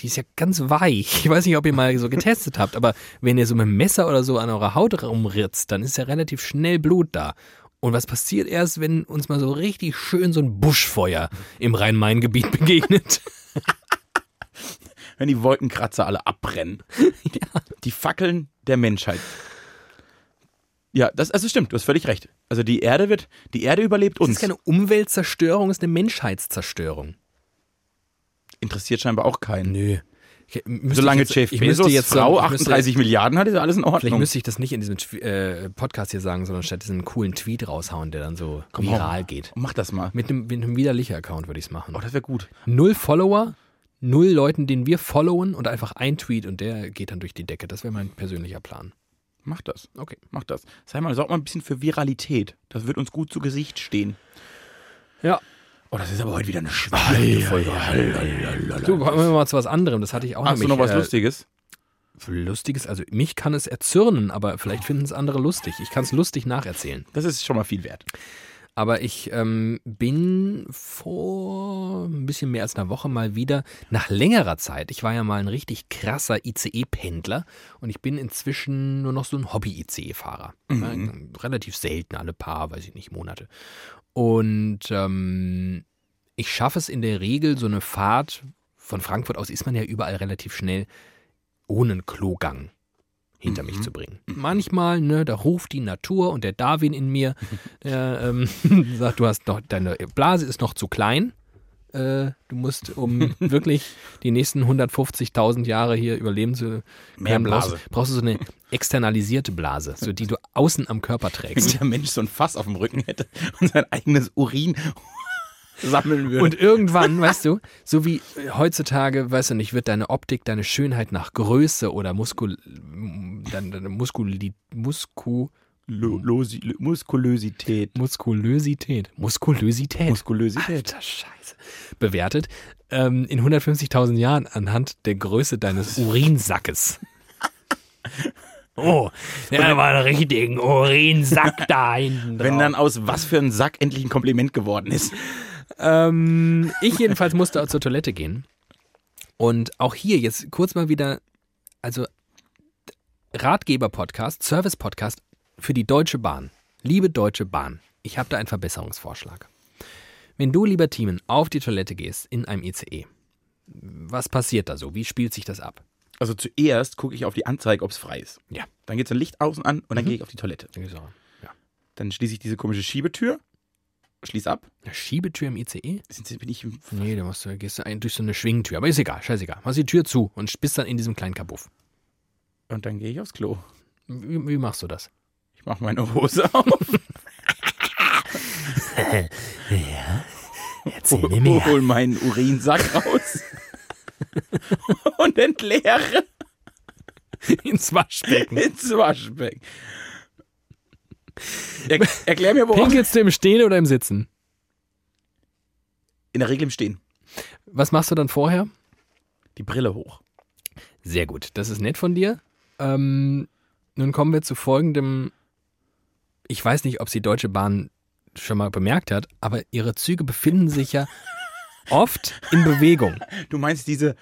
S2: die ist ja ganz weich. Ich weiß nicht, ob ihr mal so getestet habt, aber wenn ihr so mit einem Messer oder so an eurer Haut rumritzt, dann ist ja relativ schnell Blut da. Und was passiert erst, wenn uns mal so richtig schön so ein Buschfeuer im Rhein-Main-Gebiet begegnet?
S1: Wenn die Wolkenkratzer alle abbrennen. Die, die Fackeln der Menschheit. Ja, das also stimmt, du hast völlig recht. Also die Erde wird, die Erde überlebt
S2: Das
S1: uns.
S2: ist keine Umweltzerstörung, das ist eine Menschheitszerstörung.
S1: Interessiert scheinbar auch keinen.
S2: Nö. Ich, müsste
S1: Solange
S2: ich
S1: Jeff
S2: ich müsste
S1: Bezos
S2: jetzt so-
S1: Frau
S2: ich müsste-
S1: 38 Milliarden hat, ist alles in
S2: Vielleicht
S1: Ordnung.
S2: müsste ich das nicht in diesem Tw- äh, Podcast hier sagen, sondern stattdessen einen coolen Tweet raushauen, der dann so
S1: Komm,
S2: viral geht.
S1: Mach das mal.
S2: Mit einem, mit einem widerlichen Account würde ich es machen.
S1: Oh, das wäre gut.
S2: Null Follower, null Leuten, denen wir followen und einfach ein Tweet und der geht dann durch die Decke. Das wäre mein persönlicher Plan.
S1: Mach das.
S2: Okay.
S1: Mach das. Sei mal, sorg mal ein bisschen für Viralität. Das wird uns gut zu Gesicht stehen.
S2: Ja.
S1: Oh, das ist aber heute wieder eine schwierige Folge.
S2: Du, kommen wir mal zu was anderem. Das hatte ich auch
S1: Hast du
S2: nämlich,
S1: noch was
S2: äh,
S1: Lustiges?
S2: Lustiges? Also mich kann es erzürnen, aber vielleicht finden es andere lustig. Ich kann es lustig nacherzählen.
S1: Das ist schon mal viel wert.
S2: Aber ich ähm, bin vor ein bisschen mehr als einer Woche mal wieder nach längerer Zeit. Ich war ja mal ein richtig krasser ICE-Pendler und ich bin inzwischen nur noch so ein Hobby-ICE-Fahrer. Ja, relativ selten, alle paar, weiß ich nicht, Monate. Und ähm, ich schaffe es in der Regel, so eine Fahrt von Frankfurt aus ist man ja überall relativ schnell ohne einen Klogang hinter mich
S1: Mhm.
S2: zu bringen. Manchmal, ne, da ruft die Natur und der Darwin in mir, der ähm, sagt, du hast noch, deine Blase ist noch zu klein. Äh, du musst, um wirklich die nächsten 150.000 Jahre hier überleben zu
S1: Mehr
S2: können,
S1: Blase.
S2: Brauchst, brauchst du so eine externalisierte Blase, so die du außen am Körper trägst.
S1: Wenn der Mensch so ein Fass auf dem Rücken hätte und sein eigenes Urin sammeln würde.
S2: Und irgendwann, weißt du, so wie heutzutage, weißt du nicht, wird deine Optik, deine Schönheit nach Größe oder Muskul, dann, dann Muskuli, Musku,
S1: Lo- Losi- Lo- Muskulösität.
S2: Muskulösität. Muskulösität.
S1: Muskulösität.
S2: Alter Scheiße. Bewertet ähm, in 150.000 Jahren anhand der Größe deines Urinsackes. Oh, der war einen richtigen Urinsack da hinten
S1: Wenn dann
S2: drauf.
S1: aus was für ein Sack endlich ein Kompliment geworden ist.
S2: Ähm, ich jedenfalls musste zur Toilette gehen. Und auch hier jetzt kurz mal wieder, also Ratgeber-Podcast, Service-Podcast für die Deutsche Bahn. Liebe Deutsche Bahn, ich habe da einen Verbesserungsvorschlag. Wenn du, lieber Thiemen, auf die Toilette gehst in einem ICE, was passiert da so? Wie spielt sich das ab?
S1: Also zuerst gucke ich auf die Anzeige, ob es frei ist.
S2: Ja.
S1: Dann geht so ein Licht außen an und dann gehe ich auf die Toilette.
S2: Ja.
S1: Dann schließe ich diese komische Schiebetür, schließe ab.
S2: Eine Schiebetür im E? ICE?
S1: Sind Sie- Bin ich im
S2: Nee, da musst du, gehst du ein, durch so eine Schwingtür. Aber ist egal, scheißegal. Machst die Tür zu und bist dann in diesem kleinen Kabuff.
S1: und dann gehe ich aufs Klo.
S2: Wie, wie machst du das?
S1: Ich mache meine Hose auf,
S2: Erzähl
S1: hol hol meinen Urinsack raus und entleere
S2: ins Waschbecken.
S1: ins Waschbecken. Er, erklär mir, worauf.
S2: Pinkelst du im Stehen oder im Sitzen?
S1: In der Regel im Stehen.
S2: Was machst du dann vorher?
S1: Die Brille hoch.
S2: Sehr gut, das ist nett von dir. Ähm, nun kommen wir zu folgendem. Ich weiß nicht, ob es die Deutsche Bahn schon mal bemerkt hat, aber ihre Züge befinden sich ja oft in Bewegung.
S1: Du meinst diese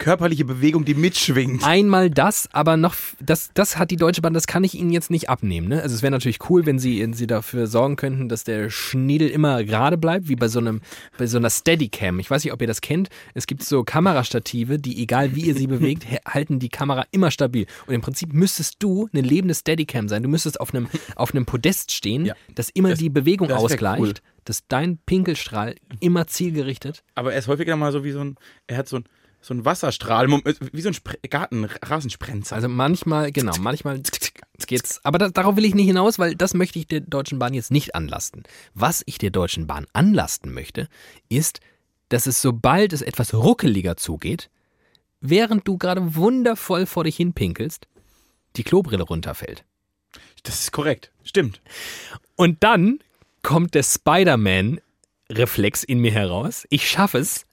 S1: körperliche Bewegung, die mitschwingt.
S2: Einmal das, aber noch, f- das, das hat die Deutsche Bahn, das kann ich Ihnen jetzt nicht abnehmen. Ne? Also es wäre natürlich cool, wenn Sie, wenn Sie dafür sorgen könnten, dass der Schniedel immer gerade bleibt, wie bei so, einem, bei so einer Steadicam. Ich weiß nicht, ob ihr das kennt. Es gibt so Kamerastative, die, egal wie ihr sie bewegt, he- halten die Kamera immer stabil. Und im Prinzip müsstest du eine lebende Steadicam sein. Du müsstest auf einem, auf einem Podest stehen,
S1: Ja.
S2: das immer
S1: Das-
S2: die Bewegung
S1: das wär
S2: ausgleicht,
S1: cool.
S2: dass dein Pinkelstrahl immer zielgerichtet.
S1: Aber er ist häufiger mal so wie so ein, er hat so ein, so ein Wasserstrahl, äh, wie so ein Spre Garten, Rasensprenzer.
S2: Also manchmal, genau, manchmal geht's. Aber da, darauf will ich nicht hinaus, weil das möchte ich der Deutschen Bahn jetzt nicht anlasten. Was ich der Deutschen Bahn anlasten möchte, ist, dass es sobald es etwas ruckeliger zugeht, während du gerade wundervoll vor dich hin pinkelst, die Klobrille runterfällt.
S1: das ist korrekt. Stimmt.
S2: Und dann kommt der Spider-Man-Reflex in mir heraus. Ich schaffe es,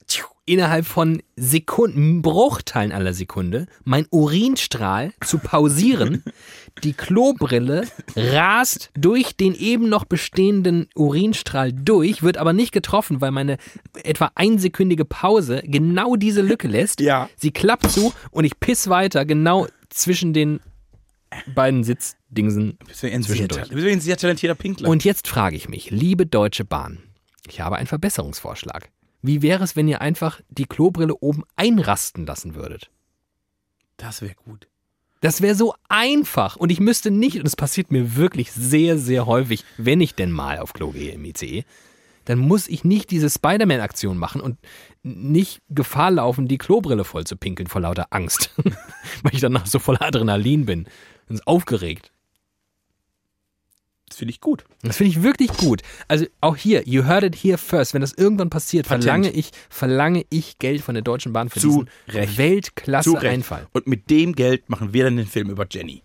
S2: innerhalb von Sekunden, Bruchteilen aller Sekunde, mein Urinstrahl zu pausieren. Die Klobrille rast durch den eben noch bestehenden Urinstrahl durch, wird aber nicht getroffen, weil meine etwa einsekündige Pause genau diese Lücke lässt.
S1: Ja.
S2: Sie klappt zu und ich piss weiter genau zwischen den beiden Sitzdingsen
S1: Bist du ein sehr,
S2: Zwischendurch.
S1: ta- bist du ein sehr talentierter Pinkler.
S2: und jetzt frage ich mich, liebe Deutsche Bahn, ich habe einen Verbesserungsvorschlag. Wie wäre es, wenn ihr einfach die Klobrille oben einrasten lassen würdet?
S1: das wäre gut.
S2: Das wäre so einfach und ich müsste nicht, und es passiert mir wirklich sehr, sehr häufig, wenn ich denn mal auf Klo gehe im ICE, dann muss ich nicht diese Spider-Man-Aktion machen und nicht Gefahr laufen, die Klobrille voll zu pinkeln vor lauter Angst, weil ich danach so voller Adrenalin bin und aufgeregt.
S1: Das finde ich gut.
S2: Das finde ich wirklich gut. Also auch hier, you heard it here first. Wenn das irgendwann passiert,
S1: Patent.
S2: verlange ich, verlange ich Geld von der Deutschen Bahn für
S1: Zu
S2: diesen
S1: Recht. Zu Recht.
S2: Weltklasse-Einfall.
S1: Und mit dem Geld machen wir dann den Film über Jenny.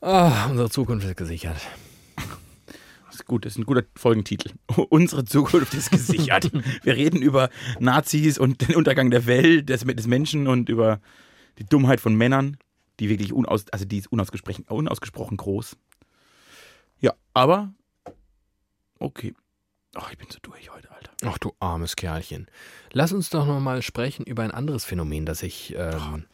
S2: Ah, unsere Zukunft ist gesichert.
S1: Das ist gut, das ist ein guter Folgentitel. Unsere Zukunft ist gesichert. wir reden über Nazis und den Untergang der Welt, des, des Menschen und über die Dummheit von Männern, die wirklich unaus, also die ist unausgesprochen, unausgesprochen groß. Ja, aber okay. Ach, ich bin so durch heute, Alter.
S2: Ach du armes Kerlchen. Lass uns doch nochmal sprechen über ein anderes Phänomen, das ich ähm,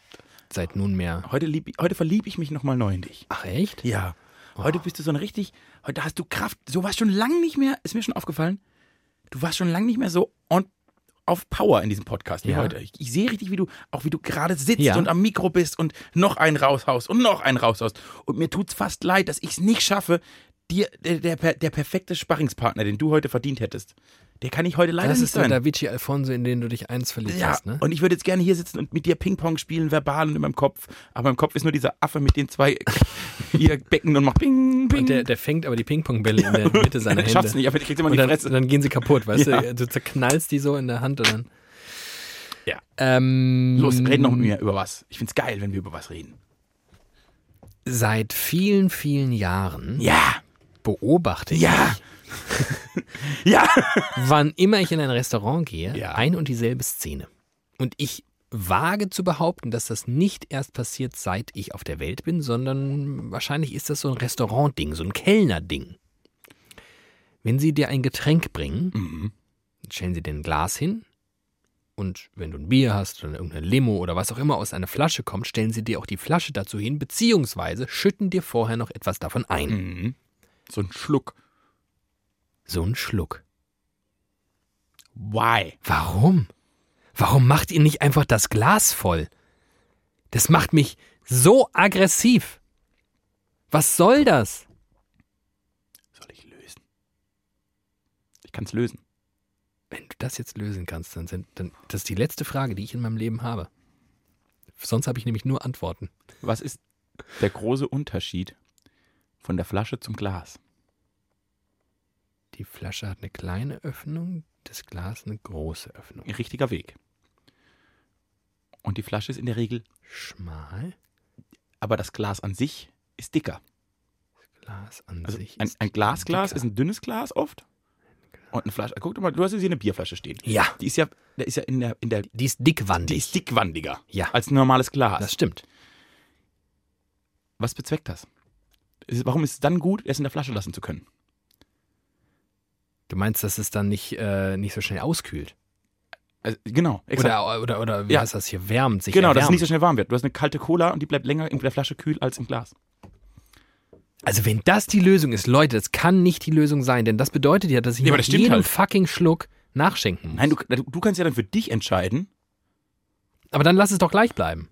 S2: seit nunmehr...
S1: Heute, lieb, heute verliebe ich mich nochmal neu in dich.
S2: Ach echt?
S1: Ja.
S2: Oh.
S1: Heute bist du so ein richtig, heute hast du Kraft. So warst schon lange nicht mehr, ist mir schon aufgefallen, du warst schon lange nicht mehr so on, auf Power in diesem Podcast wie
S2: Ja.
S1: heute. Ich, ich sehe richtig, wie du, auch wie du gerade sitzt
S2: Ja.
S1: und am Mikro bist und noch einen raushaust und noch einen raushaust. Und mir tut's fast leid, dass ich es nicht schaffe, dir, der, der, per- der perfekte Sparringspartner, den du heute verdient hättest, der kann ich heute leider
S2: das
S1: nicht
S2: ist der
S1: sein.
S2: Da Vinci Alfonso, in den du dich eins verliebt
S1: Ja,
S2: hast, ne?
S1: und ich würde jetzt gerne hier sitzen und mit dir Ping-Pong spielen, verbal und in meinem Kopf. Aber im Kopf ist nur dieser Affe mit den zwei hier Becken und macht Ping, Ping.
S2: Und der, der fängt aber die Ping-Pong-Bälle in der Mitte seiner
S1: Ich
S2: Hände.
S1: schaff's nicht, aber ich krieg's immer in
S2: und
S1: die
S2: dann,
S1: Fresse.
S2: und dann gehen sie kaputt, weißt
S1: Ja.
S2: du? Du zerknallst die so in der Hand und ähm, dann.
S1: Ja.
S2: Ähm, Mm.
S1: Los, red noch mit mir über was. Ich find's geil, wenn wir über was reden.
S2: Seit vielen, vielen Jahren
S1: Ja,
S2: beobachte ich,
S1: ja. ja.
S2: wann immer ich in ein Restaurant gehe,
S1: Ja.
S2: ein und dieselbe Szene. Und ich wage zu behaupten, dass das nicht erst passiert, seit ich auf der Welt bin, sondern wahrscheinlich ist das so ein Restaurant-Ding, so ein Kellner-Ding. Wenn sie dir ein Getränk bringen,
S1: Mhm.
S2: stellen sie dir ein Glas hin und wenn du ein Bier hast oder irgendeine Limo oder was auch immer aus einer Flasche kommt, stellen sie dir auch die Flasche dazu hin, beziehungsweise schütten dir vorher noch etwas davon ein.
S1: Mhm. So ein Schluck.
S2: So ein Schluck.
S1: Why?
S2: Warum? Warum macht ihr nicht einfach das Glas voll? Das macht mich so aggressiv. Was soll das?
S1: Soll ich lösen? Ich kann es lösen.
S2: Wenn du das jetzt lösen kannst, dann sind dann, das ist die letzte Frage, die ich in meinem Leben habe. Sonst habe ich nämlich nur Antworten.
S1: Was ist der große Unterschied von der Flasche zum Glas?
S2: Die Flasche hat eine kleine Öffnung, das Glas eine große Öffnung.
S1: Ein richtiger Weg. Und die Flasche ist in der Regel,
S2: Schmal,
S1: aber das Glas an sich ist dicker.
S2: Glas an
S1: Also
S2: sich.
S1: ein,
S2: ist
S1: ein Glasglas
S2: dicker.
S1: ist ein dünnes Glas oft. Und eine Flasche. Guck doch mal, du hast jetzt hier eine Bierflasche stehen.
S2: Ja,
S1: Die ist ja, da ist ja in der, in der,
S2: die ist
S1: die
S2: dickwandig.
S1: ist dickwandiger
S2: ja,
S1: als ein normales
S2: das
S1: Glas.
S2: stimmt.
S1: Was bezweckt das? Es ist- Warum ist es dann gut, es in der Flasche lassen zu können?
S2: Du meinst, dass es dann nicht, äh, nicht so schnell auskühlt?
S1: Also, genau, exakt.
S2: Oder, oder, oder wie
S1: Ja.
S2: heißt das hier? Wärmt sich.
S1: genau, dass es
S2: erwärmt.
S1: nicht so schnell warm wird. Du hast eine kalte Cola und die bleibt länger in der Flasche kühl als im Glas.
S2: also, wenn das die Lösung ist, Leute, das kann nicht die Lösung sein, denn das bedeutet ja, dass ich
S1: Nee,
S2: mir
S1: aber das stimmt
S2: jeden
S1: halt.
S2: fucking Schluck nachschenken muss.
S1: Nein, du, du du kannst ja dann für dich entscheiden.
S2: aber dann lass es doch gleich bleiben.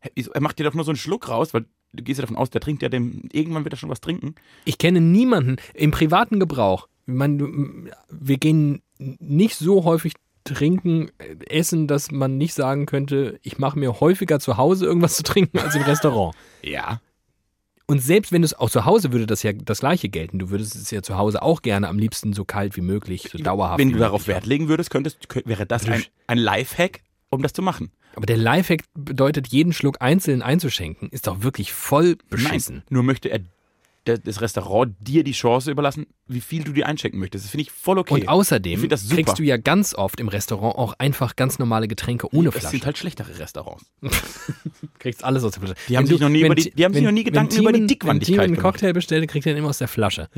S1: Hä, wieso- Er macht dir doch nur so einen Schluck raus, weil du gehst ja davon aus, der trinkt ja dem, irgendwann wird er schon was trinken.
S2: Ich kenne niemanden im privaten Gebrauch. Ich meine, du- wir gehen nicht so häufig trinken, äh, essen, dass man nicht sagen könnte, ich mache mir häufiger zu Hause irgendwas zu trinken als im Restaurant.
S1: Ja.
S2: Und selbst wenn du es auch zu Hause würde das ja das gleiche gelten. Du würdest es ja zu Hause auch gerne am liebsten so kalt wie möglich, so dauerhaft.
S1: Wenn
S2: wie
S1: du darauf
S2: möglich.
S1: Wert legen würdest, könntest, kö- wäre das ein, ein Lifehack, um das zu machen.
S2: Aber der Lifehack bedeutet, jeden Schluck einzeln einzuschenken, ist doch wirklich voll beschissen.
S1: Nein, nur möchte er der- das Restaurant dir die Chance überlassen, wie viel du dir einchecken möchtest. Das finde ich voll okay.
S2: Und außerdem
S1: Ich find das super.
S2: kriegst du ja ganz oft im Restaurant auch einfach ganz normale Getränke ohne
S1: Es
S2: Flasche.
S1: sind halt schlechtere Restaurants.
S2: kriegst alles aus der Flasche.
S1: Die haben
S2: Wenn du-
S1: sich noch nie
S2: wenn
S1: über die-
S2: Ti-
S1: die haben sich
S2: wenn-
S1: noch nie
S2: wenn
S1: Gedanken über die
S2: Timon-
S1: Dickwandtigkeit
S2: Wenn Timon einen
S1: gemacht.
S2: Cocktail bestellt, kriegt er den immer aus der Flasche.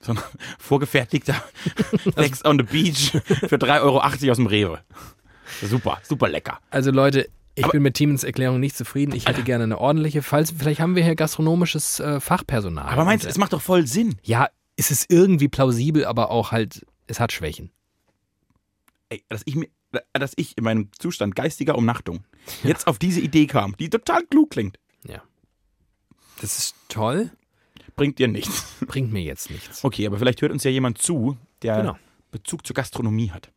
S1: So ein vorgefertigter Sex on the Beach für 3,80 Euro aus dem Rewe. Super, super lecker.
S2: Also Leute, ich bin mit Timons Erklärung nicht zufrieden. Ich hätte
S1: Ah.
S2: gerne eine ordentliche. Falls, vielleicht haben wir hier gastronomisches äh, Fachpersonal.
S1: Aber meinst du,
S2: Und,
S1: es macht doch voll Sinn.
S2: äh, Ja, es ist irgendwie plausibel, aber auch halt, es hat Schwächen.
S1: Ey, dass ich mir dass ich in meinem Zustand geistiger Umnachtung jetzt auf diese Idee kam, die total klug klingt,
S2: Das ist toll,
S1: bringt dir nichts.
S2: bringt mir jetzt nichts.
S1: Okay, aber vielleicht hört uns ja jemand zu, der
S2: Genau.
S1: Bezug zur Gastronomie hat.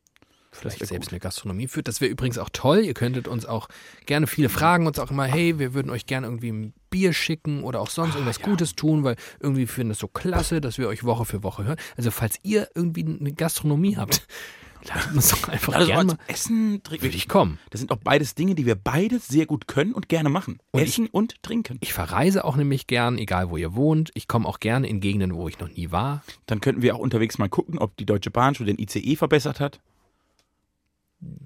S2: vielleicht
S1: wär
S2: selbst eine Gastronomie führt. Das wäre übrigens auch toll. Ihr könntet uns auch gerne viele fragen, uns auch immer, hey, wir würden euch gerne irgendwie ein Bier schicken oder auch
S4: Ah,
S2: sonst irgendwas Gutes tun, weil irgendwie finden das so klasse, dass wir euch Woche für Woche hören. Also falls ihr irgendwie eine Gastronomie habt, lasst uns doch einfach
S1: Also
S2: gerne
S1: als
S2: mal.
S1: Essen, Trinken.
S2: Würde ich kommen.
S1: Das sind auch beides Dinge, die wir beide sehr gut können und gerne machen.
S2: Und
S1: Essen und Trinken.
S2: Ich verreise auch nämlich gern, egal wo ihr wohnt. Ich komme auch gerne in Gegenden, wo ich noch nie war.
S1: Dann könnten wir auch unterwegs mal gucken, ob die Deutsche Bahn schon den ICE verbessert hat.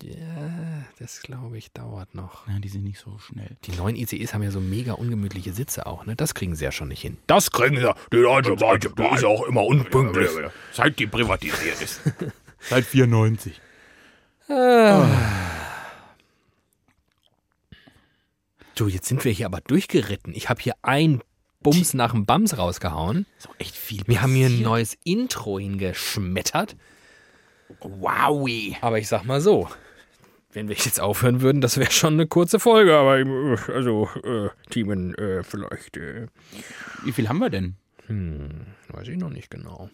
S2: Ja, das glaube ich dauert noch.
S1: Ja, die sind nicht so schnell.
S2: Die neuen ICEs haben ja so mega ungemütliche Sitze auch, ne? Das kriegen sie ja schon nicht hin.
S4: Das kriegen sie. Die Deutsche Bahn, die ist ja auch immer unpünktlich.
S1: Seit die privatisiert ist. Seit 94.
S2: Du, jetzt sind wir hier aber durchgeritten. Ich habe hier ein Bums nach dem Bams rausgehauen.
S1: Ist auch echt viel.
S2: Wir haben hier ein neues Intro hingeschmettert.
S1: Wowie.
S2: Aber ich sag mal so, wenn wir jetzt aufhören würden, das wäre schon eine kurze Folge. Aber äh, also, äh, Timon, äh, vielleicht, äh,
S1: Wie viel haben wir denn?
S2: weiß ich noch nicht genau.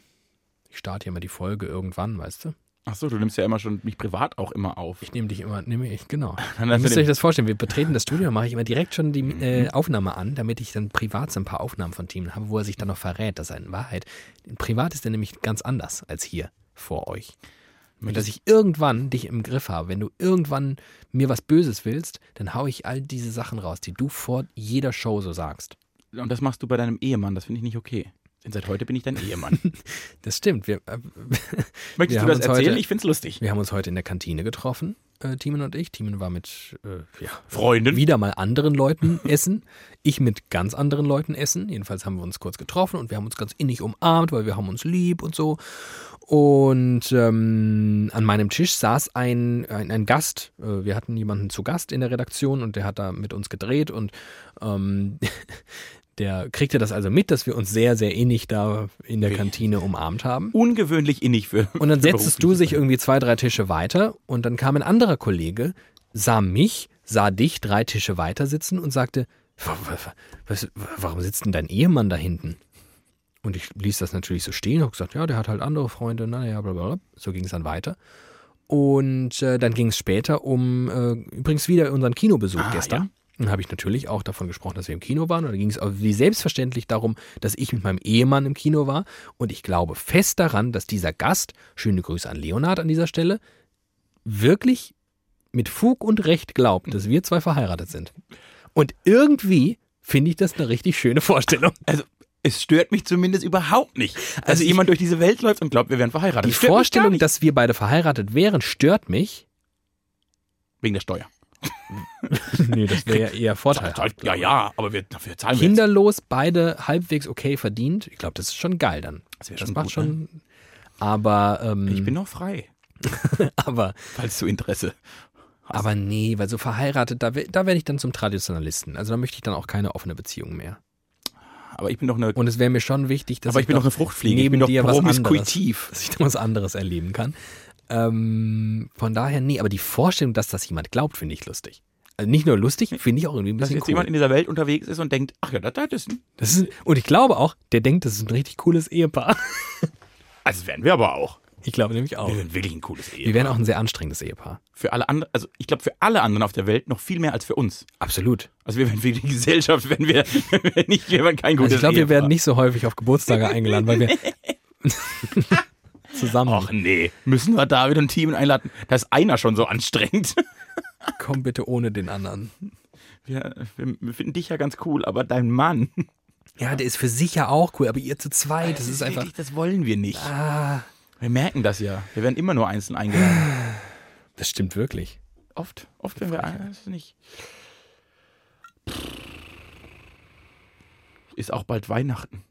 S2: Ich starte ja mal die Folge irgendwann, weißt du?
S1: Ach so, du nimmst ja immer schon mich privat auch immer auf.
S2: Ich nehme dich immer, nehme ich, genau.
S1: Dann
S2: Ihr
S1: hast du
S2: müsst
S1: den-
S2: euch das vorstellen, wir betreten das Studio, mache ich immer direkt schon die
S1: Mhm.
S2: äh, Aufnahme an, damit ich dann privat so ein paar Aufnahmen von Timon habe, wo er sich dann noch verrät, dass er in Wahrheit, privat ist er nämlich ganz anders als hier vor euch. Und dass ich irgendwann dich im Griff habe, wenn du irgendwann mir was Böses willst, dann hau ich all diese Sachen raus, die du vor jeder Show so sagst.
S1: und das machst du bei deinem Ehemann, das finde ich nicht okay. Denn seit heute bin ich dein Ehemann.
S2: Das stimmt. Wir, äh,
S1: Möchtest
S2: haben
S1: du das
S2: uns
S1: erzählen?
S2: heute-
S1: ich finde es lustig.
S2: wir haben uns heute in der Kantine getroffen, äh, Timen und ich. Timen war mit äh, ja,
S1: Freundin.
S2: wieder mal anderen Leuten essen. Ich mit ganz anderen Leuten essen. Jedenfalls haben wir uns kurz getroffen und wir haben uns ganz innig umarmt, weil wir haben uns lieb und so. Und ähm, an meinem Tisch saß ein, ein, ein Gast. Äh, Wir hatten jemanden zu Gast in der Redaktion und der hat da mit uns gedreht und ähm, der kriegte das also mit, dass wir uns sehr, sehr innig da in der Kantine umarmt haben.
S1: Ungewöhnlich innig für.
S2: Und dann
S1: für
S2: setztest du
S1: beruflich.
S2: sich irgendwie zwei, drei Tische weiter und dann kam ein anderer Kollege, sah mich, sah dich drei Tische weiter sitzen und sagte, "Wa- wa- wa- was, wa- warum sitzt denn dein Ehemann da hinten? Und ich ließ das natürlich so stehen und hab gesagt, ja, der hat halt andere Freunde, naja, blablabla. So ging es dann weiter. Und äh, dann ging es später um, äh, übrigens wieder unseren Kinobesuch
S1: Ah,
S2: gestern.
S1: ja.
S2: Dann habe ich natürlich auch davon gesprochen, dass wir im Kino waren. Und da ging es aber wie selbstverständlich darum, dass ich mit meinem Ehemann im Kino war. Und ich glaube fest daran, dass dieser Gast, schöne Grüße an Leonard an dieser Stelle, wirklich mit Fug und Recht glaubt, dass wir zwei verheiratet sind. Und irgendwie finde ich das eine richtig schöne Vorstellung.
S1: Also, es stört mich zumindest überhaupt nicht, dass
S2: Also
S1: also
S2: ich-
S1: jemand durch diese Welt läuft und glaubt, wir wären verheiratet.
S2: Die
S1: Stört mich gar
S2: Vorstellung,
S1: nicht.
S2: dass wir beide verheiratet wären, stört mich.
S1: Wegen der Steuer.
S2: nee, das wäre eher vorteilhaft.
S1: halt, Ja, ja, aber wir, dafür zahlen wir.
S2: Kinderlos, beide halbwegs okay verdient. Ich glaube, das ist schon geil dann.
S1: Das wär
S2: das
S1: schon
S2: macht
S1: gut,
S2: schon. Aber, ähm,
S1: jetzt. Ich bin noch frei,
S2: aber,
S1: falls du Interesse.
S2: aber nee, weil so verheiratet, da, we- da werde ich dann zum Traditionalisten. Also da möchte ich dann auch keine offene Beziehung mehr.
S1: Aber ich bin doch eine.
S2: Und es wäre mir schon wichtig, dass
S1: aber ich bin doch
S2: noch
S1: eine Fruchtfliege. Ich
S2: neben
S1: bin doch
S2: dir was anderes-
S1: promiskuitiv.
S2: dass ich da was anderes erleben kann. Ähm, von daher, nee, aber die Vorstellung, dass das jemand glaubt, finde ich lustig. Also nicht nur lustig, finde ich auch irgendwie ein
S1: Hm. Dass
S2: bisschen
S1: jetzt
S2: cool.
S1: jemand in dieser Welt unterwegs ist und denkt, ach ja, das, das ist. ein-
S2: Das ist, und ich glaube auch, der denkt, das ist ein richtig cooles Ehepaar.
S1: Also, das wären wir aber auch.
S2: Ich glaube nämlich auch.
S1: Wir sind wirklich ein cooles
S2: Oh. Wir
S1: Ehe.
S2: wären auch ein sehr anstrengendes Ehepaar.
S1: Für alle anderen, also ich glaube, für alle anderen auf der Welt noch viel mehr als für uns.
S2: Absolut.
S1: Also, wir wären für die Gesellschaft, wenn wir, wenn wir nicht, wir wären kein gutes
S2: Also ich glaube, wir
S1: Ehepaar.
S2: werden nicht so häufig auf Geburtstage eingeladen, weil wir zusammen
S1: Ach nee, müssen wir David und Team einladen? Da ist einer schon so anstrengend.
S2: kommen bitte ohne den anderen.
S1: Wir, wir, wir finden dich ja ganz cool, aber dein Mann.
S2: Ja, der ist für sich ja auch cool, aber ihr zu zweit, das ist einfach. Ah.
S1: wirklich, das wollen wir nicht. Wir merken das ja. Wir werden immer nur einzeln eingeladen.
S2: Das stimmt wirklich.
S1: Oft, oft werden wir ein- das ist nicht. Ist auch bald Weihnachten.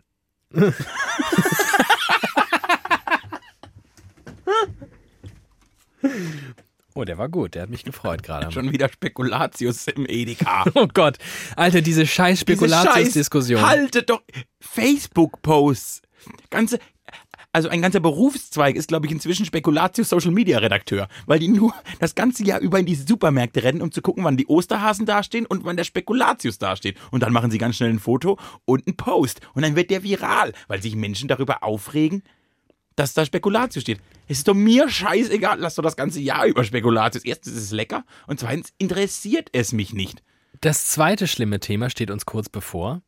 S2: Oh, der war gut, der hat mich gefreut gerade.
S1: Schon wieder Spekulatius im Edeka.
S2: Oh Gott, Alter, diese scheiß
S1: Diese
S2: Spekulatius-Diskussion.
S1: Scheiß- Haltet doch Facebook-Posts. Ganze, also ein ganzer Berufszweig ist, glaube ich, inzwischen Spekulatius Social Media Redakteur, weil die nur das ganze Jahr über in die Supermärkte rennen, um zu gucken, wann die Osterhasen dastehen und wann der Spekulatius dasteht. Und dann machen sie ganz schnell ein Foto und einen Post. Und dann wird der viral, weil sich Menschen darüber aufregen, dass da Spekulatius steht. Es ist doch mir scheißegal, lass doch das ganze Jahr über Spekulatius. Erstens ist es lecker und zweitens interessiert es mich nicht.
S2: Das zweite schlimme Thema steht uns kurz bevor.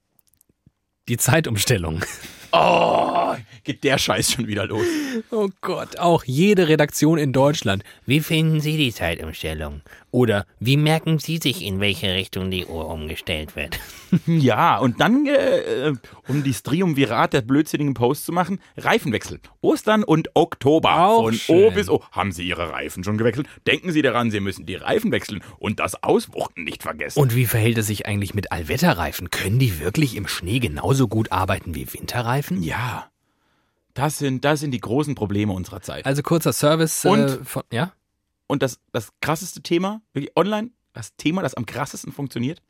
S2: Die Zeitumstellung.
S1: Oh, geht der Scheiß schon wieder los.
S2: Oh Gott, auch jede Redaktion in Deutschland. Wie finden Sie die Zeitumstellung? Oder wie merken Sie sich, in welche Richtung die Uhr umgestellt wird?
S1: Ja, und dann, äh, äh, um dieses Triumvirat der blödsinnigen Post zu machen, Reifenwechsel. Ostern und Oktober.
S2: Auch
S1: Von
S2: schön.
S1: O bis O. Haben Sie Ihre Reifen schon gewechselt? Denken Sie daran, Sie müssen die Reifen wechseln und das Auswuchten nicht vergessen.
S2: Und wie verhält es sich eigentlich mit Allwetterreifen? Können die wirklich im Schnee genauso gut arbeiten wie Winterreifen?
S1: ja, das sind, das sind die großen Probleme unserer Zeit.
S2: Also kurzer Service äh,
S1: Und?
S2: von ja?
S1: Und das, das krasseste Thema, wirklich online, das Thema, das am krassesten funktioniert.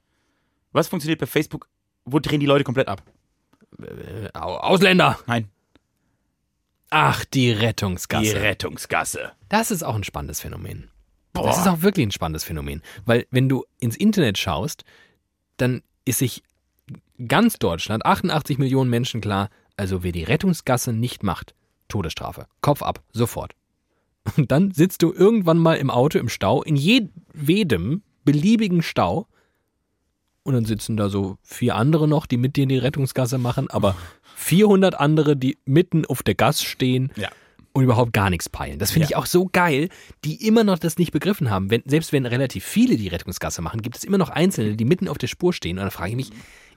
S1: Was funktioniert bei Facebook? Wo drehen die Leute komplett ab?
S2: Äh, Au- Ausländer.
S1: Nein,
S2: Ach, die
S1: die
S2: Rettungsgasse.
S1: Rettungsgasse.
S2: das ist auch ein spannendes Phänomen.
S1: Boah.
S2: Das ist auch wirklich ein spannendes Phänomen, weil wenn du ins Internet schaust, dann ist sich ganz Deutschland, 88 Millionen Menschen klar, also wer die Rettungsgasse nicht macht, Todesstrafe, Kopf ab, sofort. Und dann sitzt du irgendwann mal im Auto im Stau, in jedem beliebigen Stau, und dann sitzen da so vier andere noch, die mit dir die Rettungsgasse machen, aber 400 andere, die mitten auf der Gas stehen
S1: Ja.
S2: und überhaupt gar nichts peilen. Das finde ich auch so geil, die immer noch das nicht begriffen haben. Wenn, selbst wenn relativ viele die Rettungsgasse machen, gibt es immer noch Einzelne, die mitten auf der Spur stehen. Und dann frage ich mich,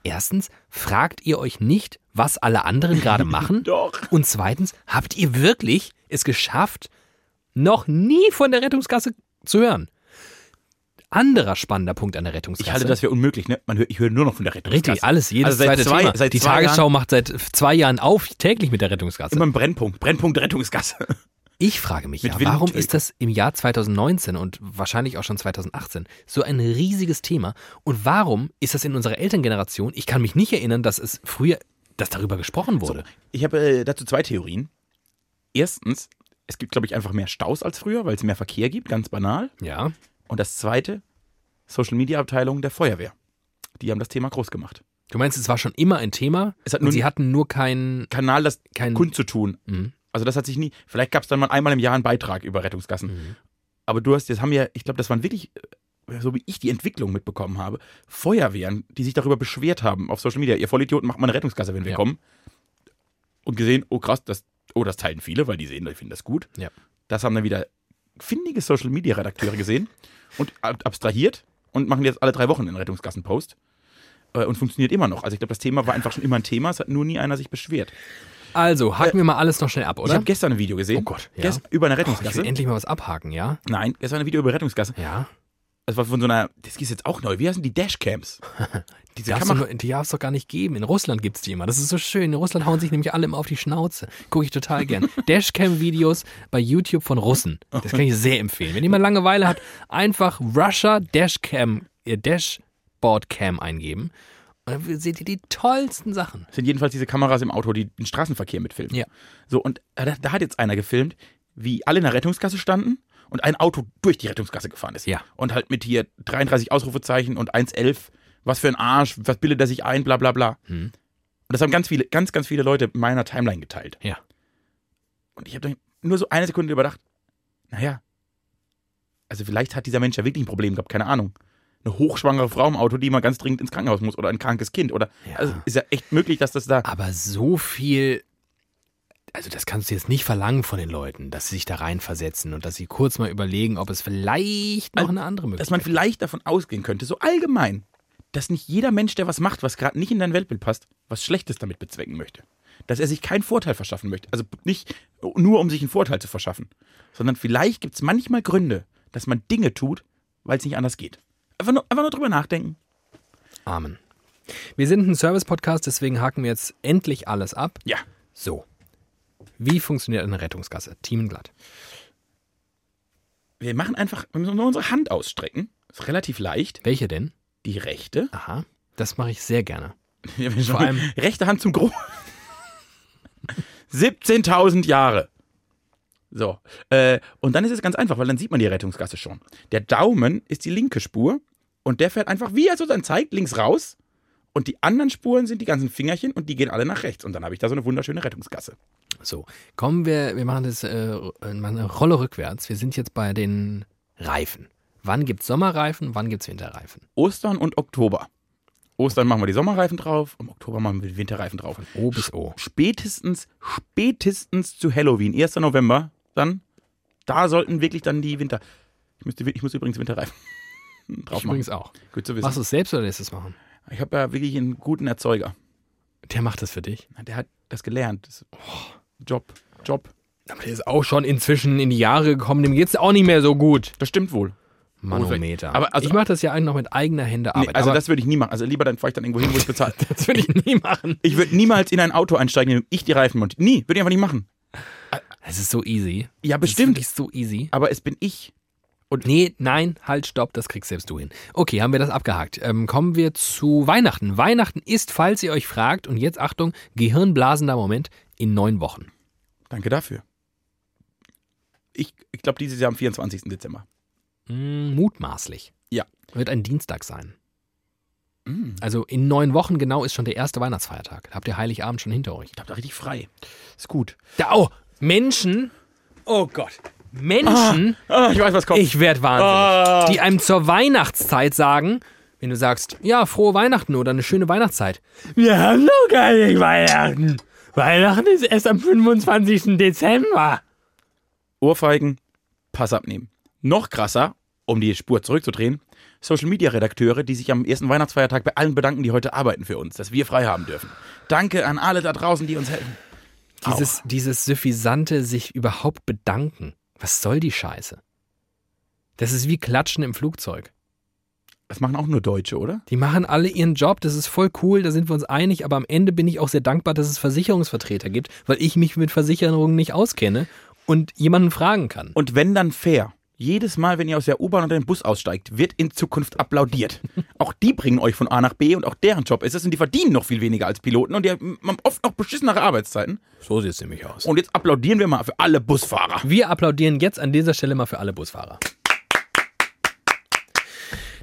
S2: Erstens, fragt ihr euch nicht, was alle anderen gerade machen?
S1: Doch.
S2: Und zweitens, habt ihr wirklich es geschafft, noch nie von der Rettungsgasse zu hören? Anderer spannender Punkt an der Rettungsgasse.
S1: Ich halte das für unmöglich, ne? Man hört, ich höre nur noch von der Rettungsgasse.
S2: Richtig, alles, jedes
S1: Also seit
S2: zweite
S1: zwei-
S2: Thema.
S1: seit
S2: Die
S1: zwei
S2: Tagesschau macht seit zwei Jahren auf, täglich mit der Rettungsgasse.
S1: Immer im Brennpunkt. Brennpunkt Rettungsgasse.
S2: Ich frage mich
S1: Mit
S2: ja,
S1: Wind-
S2: warum ist das im Jahr 2019 und wahrscheinlich auch schon 2018 so ein riesiges Thema? Und warum ist das in unserer Elterngeneration, ich kann mich nicht erinnern, dass es früher, dass darüber gesprochen wurde.
S1: Ich habe äh, dazu zwei Theorien. Erstens, es gibt, glaube ich, einfach mehr Staus als früher, weil es mehr Verkehr gibt, ganz banal.
S2: Ja.
S1: Und das zweite, Social Media Abteilung der Feuerwehr. Die haben das Thema groß gemacht.
S2: Du meinst, es war schon immer ein Thema
S1: Es hat
S2: und
S1: nur-
S2: sie hatten nur keinen...
S1: Kanal, das
S2: Kein-
S1: Kund zu tun.
S2: Mhm.
S1: Also das hat sich nie. Vielleicht gab es dann mal einmal im Jahr einen Beitrag über Rettungsgassen. Aber du hast, jetzt haben ja, ich glaube, das waren wirklich, äh, so wie ich die Entwicklung mitbekommen habe, Feuerwehren, die sich darüber beschwert haben auf Social Media. Ihr Vollidioten macht mal eine Rettungsgasse, wenn wir
S2: Ja.
S1: kommen. Und gesehen, oh krass, das, oh, das teilen viele, weil die sehen, die finden das gut.
S2: Ja.
S1: Das haben dann wieder findige Social Media Redakteure gesehen und ab abstrahiert und machen jetzt alle drei Wochen einen Rettungsgassen-Post. Äh, Und funktioniert immer noch. Also ich glaube, das Thema war einfach schon immer ein Thema. Es hat nur nie einer sich beschwert.
S2: Also, haken wir mal alles noch schnell ab,
S1: Äh, Ich
S2: oder?
S1: habe gestern ein Video gesehen.
S2: Oh Gott, ja.
S1: Gest- Über eine
S2: Oh, ich
S1: Rettungsgasse.
S2: will endlich mal was abhaken, ja?
S1: Nein, gestern ein Video über Rettungsgasse.
S2: Ja.
S1: Das war von so einer, das ist jetzt auch neu. Wie heißen die Dashcams?
S2: Die
S1: Diese
S2: darf's,
S1: Kamera.
S2: doch, die darf's doch gar nicht geben. In Russland gibt's die immer. Das ist so schön. In Russland hauen sich nämlich alle immer auf die Schnauze. Gucke ich total gern. Dashcam-Videos bei YouTube von Russen. Das kann ich sehr empfehlen. Wenn jemand Langeweile hat, einfach Russia Dashcam, äh, Dashboardcam eingeben. Und dann seht ihr die tollsten Sachen.
S1: sind jedenfalls diese Kameras im Auto, die den Straßenverkehr mitfilmen.
S2: Ja.
S1: So, und äh, da, da hat jetzt einer gefilmt, wie alle in der Rettungsgasse standen und ein Auto durch die Rettungsgasse gefahren ist.
S2: Ja.
S1: Und halt mit hier 33 Ausrufezeichen und 1,11, was für ein Arsch, was bildet er sich ein, bla bla bla.
S2: Hm.
S1: Und das haben ganz viele, ganz, ganz viele Leute in meiner Timeline geteilt.
S2: Ja.
S1: Und ich habe dann nur so eine Sekunde überdacht, naja, also vielleicht hat dieser Mensch ja wirklich ein Problem gehabt, keine Ahnung. Eine hochschwangere Frau im Auto, die mal ganz dringend ins Krankenhaus muss oder ein krankes Kind oder
S2: Ja.
S1: also ist ja echt möglich, dass das da
S2: Aber so viel. Also, das kannst du jetzt nicht verlangen von den Leuten, dass sie sich da reinversetzen und dass sie kurz mal überlegen, ob es vielleicht noch
S1: Also,
S2: eine andere Möglichkeit
S1: dass man vielleicht davon ausgehen könnte, so allgemein, dass nicht jeder Mensch, der was macht, was gerade nicht in dein Weltbild passt, was Schlechtes damit bezwecken möchte. Dass er sich keinen Vorteil verschaffen möchte. Also nicht nur, um sich einen Vorteil zu verschaffen, sondern vielleicht gibt es manchmal Gründe, dass man Dinge tut, weil es nicht anders geht. Einfach nur, einfach nur drüber nachdenken.
S2: Amen. Wir sind ein Service-Podcast, deswegen haken wir jetzt endlich alles ab.
S1: Ja.
S2: So. Wie funktioniert eine Rettungsgasse? Teamenglatt.
S1: Wir machen einfach, wir müssen nur unsere Hand ausstrecken. Ist relativ leicht.
S2: Welche denn?
S1: Die rechte.
S2: Aha. Das mache ich sehr gerne.
S1: Vor
S2: allem-
S1: rechte Hand zum Groß. 17.000 Jahre. So. Äh, und dann ist es ganz einfach, weil dann sieht man die Rettungsgasse schon. Der Daumen ist die linke Spur und der fährt einfach, wie er so dann zeigt, links raus. Und die anderen Spuren sind die ganzen Fingerchen und die gehen alle nach rechts. Und dann habe ich da so eine wunderschöne Rettungsgasse.
S2: So. Kommen wir, wir machen das, äh, r- machen eine Rolle rückwärts. Wir sind jetzt bei den Reifen. Wann gibt's Sommerreifen, wann gibt's Winterreifen?
S1: Ostern und Oktober. Ostern machen wir die Sommerreifen drauf, im Oktober machen wir die Winterreifen drauf.
S2: O bis O.
S1: Spätestens, spätestens zu Halloween, 1. November, dann, da sollten wirklich dann die Winter. Ich, müsste, ich muss übrigens Winterreifen drauf
S2: Ich
S1: machen.
S2: übrigens auch.
S1: Gut zu
S2: Machst
S1: wissen.
S2: du es selbst oder lässt du es machen?
S1: Ich habe ja wirklich einen guten Erzeuger.
S2: Der macht das für dich.
S1: Der hat das gelernt. Das, oh, Job, Job.
S2: Aber der ist auch schon inzwischen in die Jahre gekommen. Dem geht's auch nicht mehr so gut.
S1: Das stimmt wohl.
S2: Manometer.
S1: Aber also-
S2: ich mache das ja eigentlich noch mit eigener Hände
S1: Nee,
S2: Arbeit.
S1: also
S2: aber
S1: das würde ich nie machen. Also lieber dann fahre ich dann irgendwo hin, wo ich bezahle.
S2: das würde ich nie machen.
S1: Ich würde niemals in ein Auto einsteigen, in dem ich die Reifen montiere. Nie, würde ich einfach nicht machen.
S2: Es ist so easy.
S1: Ja,
S2: Das
S1: bestimmt.
S2: Ist wirklich so easy.
S1: Aber es bin ich.
S2: Nee, nein, halt, stopp, das kriegst selbst du hin. Okay, haben wir das abgehakt. Ähm, kommen wir zu Weihnachten. Weihnachten ist, falls ihr euch fragt, und jetzt Achtung, gehirnblasender Moment, in neun Wochen.
S1: Danke dafür. Ich, ich glaube, dieses Jahr am 24. Dezember.
S2: Hm, mutmaßlich.
S1: Ja.
S2: Wird ein Dienstag sein.
S1: Mm.
S2: Also in neun Wochen genau ist schon der erste Weihnachtsfeiertag. Habt ihr Heiligabend schon hinter euch.
S1: Ich habe da richtig frei. Ist gut.
S2: Da, oh, Menschen. Oh Gott. Menschen.
S1: Ah, ich weiß, was kommt.
S2: Ich werd wahnsinnig.
S1: Ah.
S2: Die einem zur Weihnachtszeit sagen, wenn du sagst, ja, frohe Weihnachten oder eine schöne Weihnachtszeit.
S5: Wir haben noch gar nicht Weihnachten. Weihnachten ist erst am 25. Dezember.
S1: Ohrfeigen, Pass abnehmen. Noch krasser, um die Spur zurückzudrehen, Social-Media-Redakteure, die sich am ersten Weihnachtsfeiertag bei allen bedanken, die heute arbeiten für uns, dass wir frei haben dürfen. Danke an alle da draußen, die uns helfen.
S2: Dieses, dieses suffisante sich überhaupt bedanken. Was soll die Scheiße? Das ist wie Klatschen im Flugzeug.
S1: Das machen auch nur Deutsche, oder?
S2: Die machen alle ihren Job, das ist voll cool, da sind wir uns einig, aber am Ende bin ich auch sehr dankbar, dass es Versicherungsvertreter gibt, weil ich mich mit Versicherungen nicht auskenne und jemanden fragen kann.
S1: Und wenn dann fair. Jedes Mal, wenn ihr aus der U-Bahn oder dem Bus aussteigt, wird in Zukunft applaudiert. Auch die bringen euch von A nach B und auch deren Job ist es und die verdienen noch viel weniger als Piloten und die haben oft noch beschissenere Arbeitszeiten.
S2: So sieht es nämlich aus.
S1: Und jetzt applaudieren wir mal für alle Busfahrer.
S2: Wir applaudieren jetzt an dieser Stelle mal für alle Busfahrer.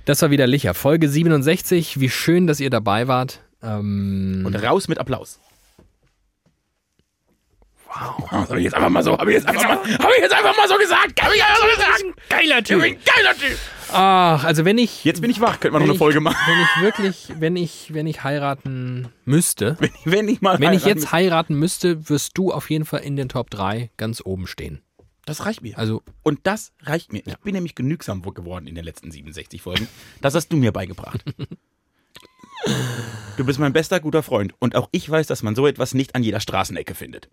S2: Das war wieder Licher. Folge 67. Wie schön, dass ihr dabei wart. Ähm,
S1: Und raus mit Applaus. Wow. Ah, Das habe ich jetzt einfach mal so, habe ich, jetzt einfach mal- hab ich jetzt einfach mal so gesagt. Hab ich einfach so gesagt.
S5: Geiler
S1: Ich
S5: Typ.
S1: bin ein geiler Typ.
S2: ach, also wenn ich.
S1: Jetzt bin ich wach, könnte man noch
S2: wenn
S1: eine
S2: ich-
S1: Folge machen.
S2: Wenn ich wirklich, wenn ich, wenn ich heiraten müsste,
S1: Wenn ich mal
S2: wenn ich
S1: heiraten
S2: jetzt heiraten müsste, wirst du auf jeden Fall in den Top 3 ganz oben stehen.
S1: müsste. Das reicht mir.
S2: Also
S1: Und das reicht mir. Ich bin nämlich genügsam geworden in den letzten 67 Folgen. Das hast du mir beigebracht. Du bist mein bester guter Freund. Und auch ich weiß, dass man so etwas nicht an jeder Straßenecke findet.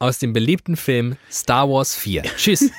S2: aus dem beliebten Film Star Wars 4. Tschüss.